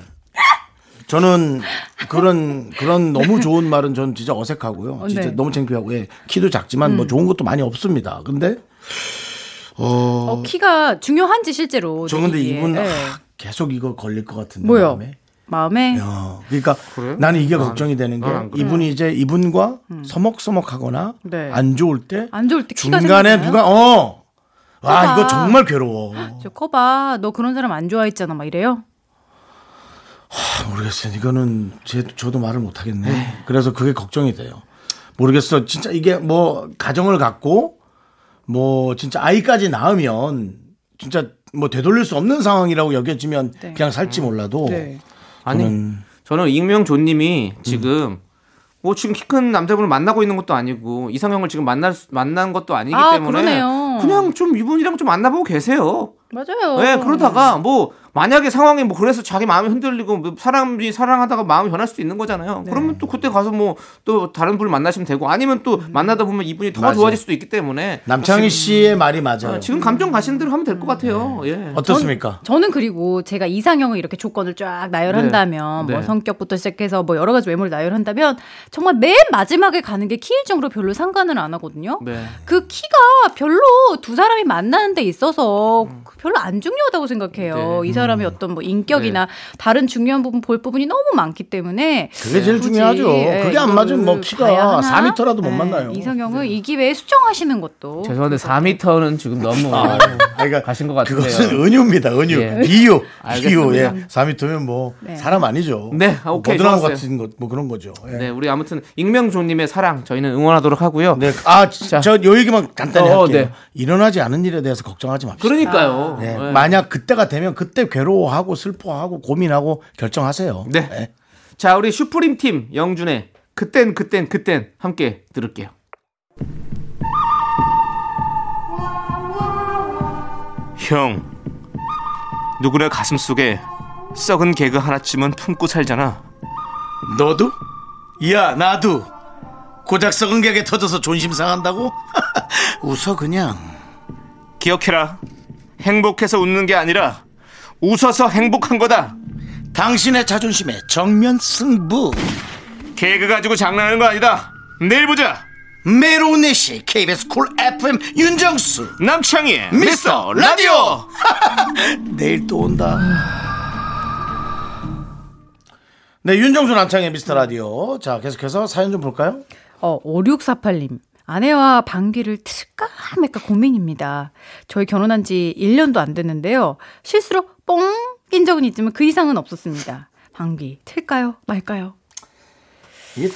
A: 저는 그런 그런 너무 좋은 말은 전 진짜 어색하고요. 진짜
H: 네. 음.
A: 너무 창피하고 예. 키도 작지만 뭐 좋은 것도 많이 없습니다. 근데
H: 어, 키가 중요한지 실제로.
A: 저 근데
H: 느끼기에.
A: 이분
H: 예.
A: 아, 계속 이거 걸릴 것 같은데
H: 뭐요?
A: 마음에.
H: 마음에?
A: 야, 그러니까 나는 이게 걱정이 되는 게 이분이 이제 이분과 서먹서먹하거나
H: 음. 네.
A: 안 좋을 때
H: 안 좋을 때 키가
A: 중간에
H: 생기나요?
A: 누가
H: 그러니까. 아,
A: 어. 와
H: 봐봐.
A: 이거 정말 괴로워.
H: 저 커봐. 너 그런 사람 안 좋아했잖아. 막 이래요.
A: 모르겠어요. 이거는 제, 저도 말을 못 하겠네. 그래서 그게 걱정이 돼요. 모르겠어. 진짜 이게 뭐 가정을 갖고 뭐 진짜 아이까지 낳으면 진짜 뭐 되돌릴 수 없는 상황이라고 여겨지면
H: 네.
A: 그냥 살지 몰라도
B: 아니 저는 익명조님이 지금 뭐 지금 키 큰 남자분을 만나고 있는 것도 아니고 이상형을 지금 만날 수- 만난 것도 아니기
H: 아,
B: 때문에
H: 그러네요.
B: 그냥 좀 이분이랑 좀 만나보고 계세요.
H: 맞아요.
B: 네, 그러다가 뭐 만약에 상황이 뭐 그래서 자기 마음이 흔들리고 뭐 사람이 사랑하다가 마음이 변할 수도 있는 거잖아요. 그러면 또 그때 가서 뭐 또 다른 분을 만나시면 되고 아니면 또 만나다 보면 이분이 더
A: 맞아요.
B: 좋아질 수도 있기 때문에
H: 음.
A: 남창희 씨의 말이 맞아요.
B: 아, 지금 감정 가시는 대로 하면 될 것 같아요. 예.
A: 어떻습니까?
H: 저는 그리고 제가 이상형을 이렇게 조건을 쫙 나열한다면
B: 네.
H: 뭐
B: 네.
H: 성격부터 시작해서 뭐 여러 가지 외모를 나열한다면 정말 맨 마지막에 가는 게 키일정으로 별로 상관을 안 하거든요.
B: 네.
H: 그 키가 별로 두 사람이 만나는 데 있어서
A: 음.
H: 그 별로 안 중요하다고 생각해요.
B: 네.
H: 이 사람의 어떤 뭐 인격이나
A: 네.
H: 다른 중요한 부분 볼 부분이 너무 많기 때문에
A: 그게 제일
H: 굳이,
A: 중요하죠.
H: 예,
A: 그게 안
H: 이거를
A: 맞으면 뭐
H: 봐야 하나?
A: 키가 4m라도 못
H: 예,
A: 만나요. 네.
H: 이상형을 이 기회에 수정하시는 것도
I: 죄송한데 4m는 지금
B: 아,
I: 너무
A: 그러니까
I: 가신 것 같은데요.
A: 그것은 은유입니다. 은유.
I: 예.
A: 비유. 비유.
I: 알겠습니다.
A: 예. 4m면 뭐 사람 아니죠.
B: 네, 아,
A: 뭐
B: 오케이,
A: 버드나무
B: 좋았어요.
A: 같은 것 뭐 그런 거죠. 예.
B: 네, 우리 아무튼 익명조님의 사랑 저희는 응원하도록 하고요.
A: 네. 아, 저 요 얘기만 간단히
B: 어,
A: 할게요.
B: 네. 그렇죠.
A: 일어나지 않은 일에 대해서 걱정하지 맙시다.
B: 그러니까요.
A: 네.
B: 예.
A: 만약 그때가 되면 그때 괴로워하고 슬퍼하고 고민하고 결정하세요.
B: 네.
A: 예.
B: 자, 우리 슈프림 팀 영준의 그땐 그땐 그땐 함께 들을게요. 형, 누구네 가슴 속에 썩은 개그 하나쯤은 품고 살잖아.
A: 너도? 야 나도 고작 썩은 객에 터져서 존심 상한다고? <laughs> 웃어 그냥
B: 기억해라. 행복해서 웃는 게 아니라 웃어서 행복한 거다.
A: 당신의 자존심에 정면 승부
B: 개그 가지고 장난하는 거 아니다. 내일 보자.
A: 메로네시 KBS 쿨 FM 윤정수
B: 남창희
A: 미스터 라디오 <laughs> 내일 또 온다 네 윤정수 남창의 미스터 라디오 자 계속해서 사연 좀 볼까요?
H: 어, 5648님. 아내와 방귀를 틀까 말까 고민입니다. 저희 결혼한 지 1년도 안 됐는데요. 실수로 뽕 낀 적은 있지만 그 이상은 없었습니다. 방귀 틀까요 말까요?
A: 이게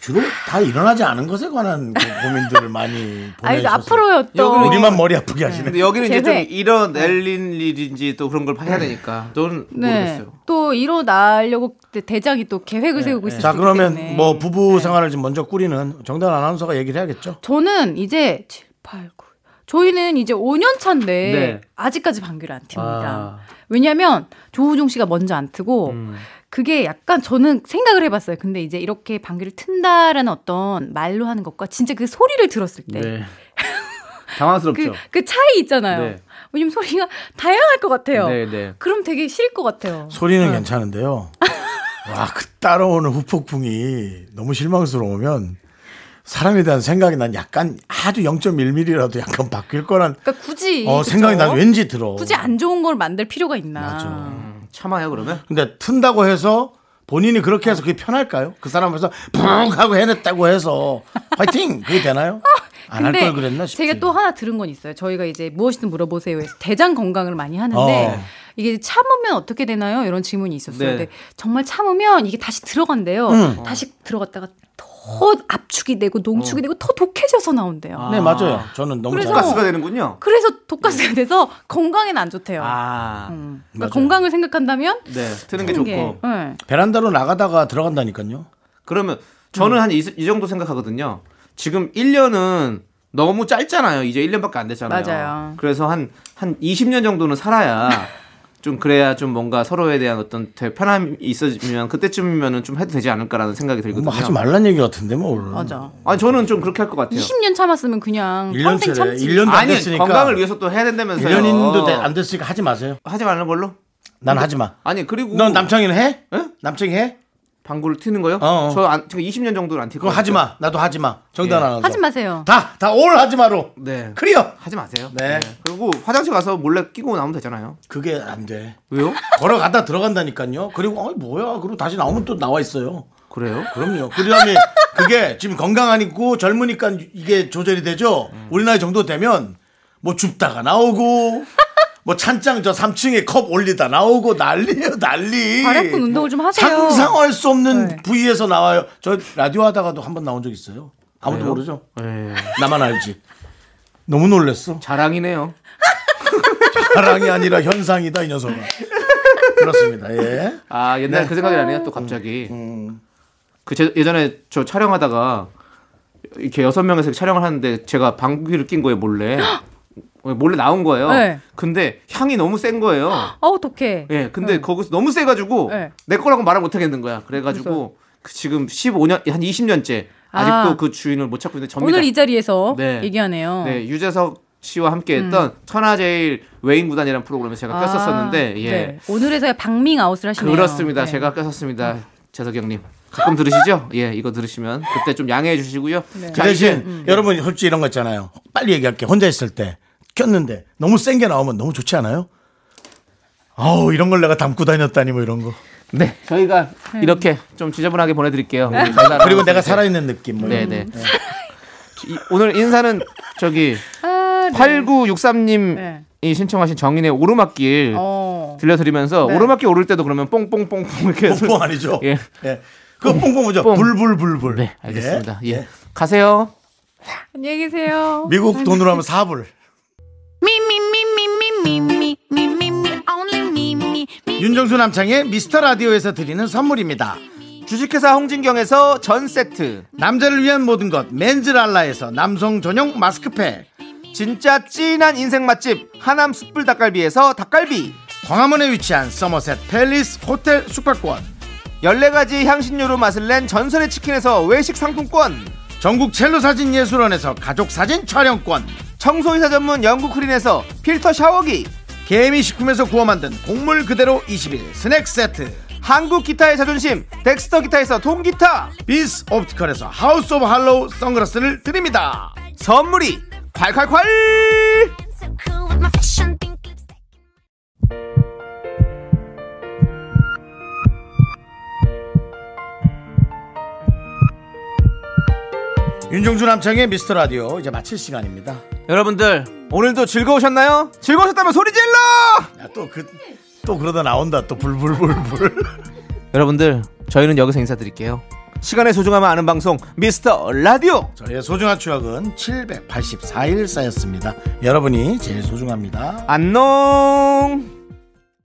A: 주로 다 일어나지 않은 것에 관한 고- 고민들을 많이 보내주셔서
H: <laughs> 아이 앞으로요 또.
A: 우리만 머리 아프게 하시네
B: 근데 여기는 이제 좀
H: 계획.
B: 일어날린 일인지 또 그런 걸 봐야 되니까 저는
H: 네.
B: 모르겠어요.
H: 또 일어나려고 대- 대장이 또 계획을 세우고 있을
A: 자
H: 수도
A: 그러면
H: 때문에.
A: 뭐
H: 네.
A: 부부 생활을 지금 먼저 꾸리는 정단 아나운서가 얘기를 해야겠죠.
H: 저는 이제 7, 8, 9. 저희는 이제 5년 차인데
B: 네.
H: 아직까지 방귀를 안 틉니다. 왜냐하면 조우종 씨가 먼저 안 트고 그게 약간 저는 생각을 해봤어요. 근데 이제 이렇게 방귀를 튼다라는 어떤 말로 하는 것과 진짜 그 소리를 들었을 때 그
I: 네. 당황스럽죠.
H: 그 차이 있잖아요.
I: 네.
H: 왜냐면 소리가 다양할 것 같아요.
I: 네, 네.
H: 그럼 되게 싫을 것 같아요.
A: 소리는 괜찮은데요. 와 그 따라오는 후폭풍이 너무 실망스러우면 사람에 대한 생각이 난 약간 아주 0.1mm라도 약간 바뀔 거란
H: 그러니까 굳이
A: 어,
H: 그죠?
A: 생각이 난 왠지 들어.
H: 굳이 안 좋은 걸 만들 필요가 있나.
B: 음, 참아요 그러면?
A: 근데 튼다고 해서 본인이 그렇게 해서 그게 편할까요? 그 사람에서 푹 하고 해냈다고 해서 화이팅 그게 되나요? 안 할
H: 아, 근데
A: 걸 그랬나 싶지.
H: 제가 또 하나 들은 건 있어요. 저희가 이제 무엇이든 물어보세요. 해서 대장 건강을 많이 하는데
A: 어.
H: 이게 참으면 어떻게 되나요? 이런 질문이 있었어요.
B: 네.
H: 근데 정말 참으면 이게 다시 들어간대요. 다시 들어갔다가 더 압축이 되고
B: 어.
H: 농축이 되고 더 독해져서 나온대요.
A: 네 맞아요. 저는 너무
H: 그래서-
A: 잘
B: 가스가 되는군요.
H: 그래서 독가스가 돼서 건강에는 안 좋대요.
B: 네. 아,
H: 음. 그러니까
A: 맞아요.
H: 건강을 생각한다면
B: 네, 트는 게
H: 그런
B: 좋고.
H: 게, 네.
A: 베란다로 나가다가 들어간다니까요. 뭐
B: 그러면
H: 음.
B: 저는 한 이 정도 생각하거든요. 지금 1년은 너무 짧잖아요. 이제 1년밖에 안 됐잖아요.
H: 맞아요.
B: 그래서 한 한 20년 정도는
H: <laughs>
B: 살아야 좀 그래야 좀 뭔가 서로에 대한 어떤 되게 편함이 있어지면 그때쯤이면은 좀 해도 되지 않을까라는 생각이 들거든요.
A: 뭐 하지 말란 얘기 같은데 뭐 오늘.
H: 맞아.
B: 아니 저는 좀 그렇게 할 것 같아요.
H: 20년 참았으면 그냥 평생
A: 1년째
H: 참지.
A: 1년도 안
B: 아니
A: 됐으니까
B: 건강을 위해서 또 해야 된다면서요.
A: 1년인도 안 됐으니까 하지 마세요.
B: 하지 말는 걸로.
A: 난 하지 마.
B: 아니 그리고
A: 넌 남창이는 해?
B: 예?
A: 남창이 해?
B: 방구를 튀는 거요?
A: 어, 어.
B: 저 안, 지금 20년 정도는 안튀
A: 그거 하지 마. 나도 하지 마. 정단
B: 예.
A: 안 하고.
H: 하지 마세요.
A: 다다 올 하지 마로.
B: 네.
A: 클리어.
B: 하지 마세요.
A: 네.
B: 그리고 화장실 가서 몰래 끼고 나오면 되잖아요.
A: 그게 안 돼.
B: 왜요?
A: 걸어가다 들어간다니까요. 그리고 어이 뭐야. 그리고 다시 나오면 또 나와 있어요.
B: 그래요?
A: 그럼요.
H: <laughs>
A: 그다음에 그게 지금 건강하니까 젊으니까 이게 조절이 되죠.
H: 음.
A: 우리 나이 정도 되면 뭐 줍다가
H: <laughs>
A: 나오고 뭐 찬장 저 3층에 컵 올리다 나오고 난리예요 난리.
H: 발악군
B: 뭐
H: 운동을 좀 하세요.
A: 상상할 수 없는
H: 네.
A: 부위에서 나와요. 저 라디오 하다가도 한 번 나온 적 있어요. 아무도 모르죠.
B: 네.
A: 나만 알지. 너무 놀랬어.
B: 자랑이네요.
A: 자랑이 아니라 현상이다 이 녀석아. 그렇습니다. 예.
B: 아 옛날
A: 네.
B: 그 생각이 나네요. 또 갑자기
H: 음,
B: 그 제- 예전에 저
H: <gasps>
B: 촬영하다가 이렇게 여섯 명에서 촬영을 하는데 제가 방귀를 낀 거예요 몰래. 몰래 나온 거예요.
H: 네.
B: 근데 향이 너무 센
H: <gasps>
B: 거예요.
H: 아 어떡해.
B: 예, 근데 거기서 너무 세가지고
H: 네.
B: 내 거라고 말을 못 하겠는 거야. 그래가지고 그 지금 15년 한 20년째 아직도
H: 아.
B: 그 주인을 못 찾고 있는 점이다.
H: 오늘 이 자리에서
B: 네.
H: 얘기하네요.
B: 네, 유재석 씨와 함께했던 천하제일 외인 구단이라는 프로그램에 제가
H: 음. 아,
B: 꼈었었는데 예,
H: 네. 오늘에서야 박밍 아웃을 하시네요.
B: 그렇습니다.
H: 네.
B: 제가 꼈었습니다. 재석이 형님 가끔 들으시죠? <laughs> 예, 이거 들으시면 그때 좀 양해해 주시고요.
H: 네.
A: 그
B: 자,
A: 대신
B: 이제
A: 여러분 솔직히 이런 거 있잖아요. 빨리 얘기할게. 혼자 있을 때 켰는데 너무 센 게 나오면 너무 좋지 않아요? 아우 이런 걸 내가 담고 다녔다니 뭐 이런 거.
B: 네, 저희가 이렇게 좀 지저분하게 보내드릴게요.
H: 네.
B: 우리 전달
A: 그리고 내가
B: 아나운서님께. 네.
A: 살아있는 느낌. 뭐 이런 거.
B: 네네. 이- 오늘 인사는 저기
H: 아, 네.
B: 8963님이
H: 네.
B: 신청하신 정인의 오르막길
H: 어.
B: 들려드리면서
H: 네.
B: 오르막길 오를 때도 그러면 뽕뽕뽕뽕 <laughs> 이렇게 해서-
A: 뽕뽕 아니죠?
B: 예.
A: 예. 그 뽕뽕 오죠.
B: 뽕.
A: 불불불불.
B: 네, 알겠습니다. 예.
A: 예.
B: 가세요.
H: 안녕히 계세요.
A: 미국 돈으로 하면 사불.
F: Me, me, me, me, me, me, me, me, me, me, only me, me, me.
A: 윤정수 남창의 미스터 라디오에서 드리는 선물입니다.
B: 주식회사 홍진경에서 전 세트.
A: 남자를 위한 모든 것 맨즈랄라에서 남성 전용 마스크팩.
B: 진짜 찐한 인생 맛집 하남 숯불 닭갈비에서 닭갈비.
A: 광화문에 위치한 서머셋 팰리스 호텔 숙박권.
B: 14가지 향신료로 맛을 낸 전설의 치킨에서 외식 상품권.
A: 전국 첼로 사진 예술원에서 가족 사진 촬영권.
B: 청소이사 전문 영국 크린에서 필터 샤워기.
A: 개미 식품에서 구워 만든 곡물 그대로 20일 스낵 세트.
B: 한국 기타의 자존심 덱스터 기타에서 통기타.
A: 비스 옵티컬에서 하우스 오브 할로우 선글라스를 드립니다.
B: 선물이 콸콸콸!
C: So cool with my fashion pink lipstick.
A: 윤정수 남창의 미스터 라디오 이제 마칠 시간입니다.
B: 여러분들 오늘도 즐거우셨나요? 즐거우셨다면 소리 질러!
A: 또 그 또 그러다 나온다 또 불불불불.
B: 여러분들 저희는 여기서 인사드릴게요. 시간의 소중함을 아는 방송 미스터 라디오.
A: 저희의 소중한 추억은 784일 쌓였습니다. 여러분이 제일 소중합니다.
B: 안녕.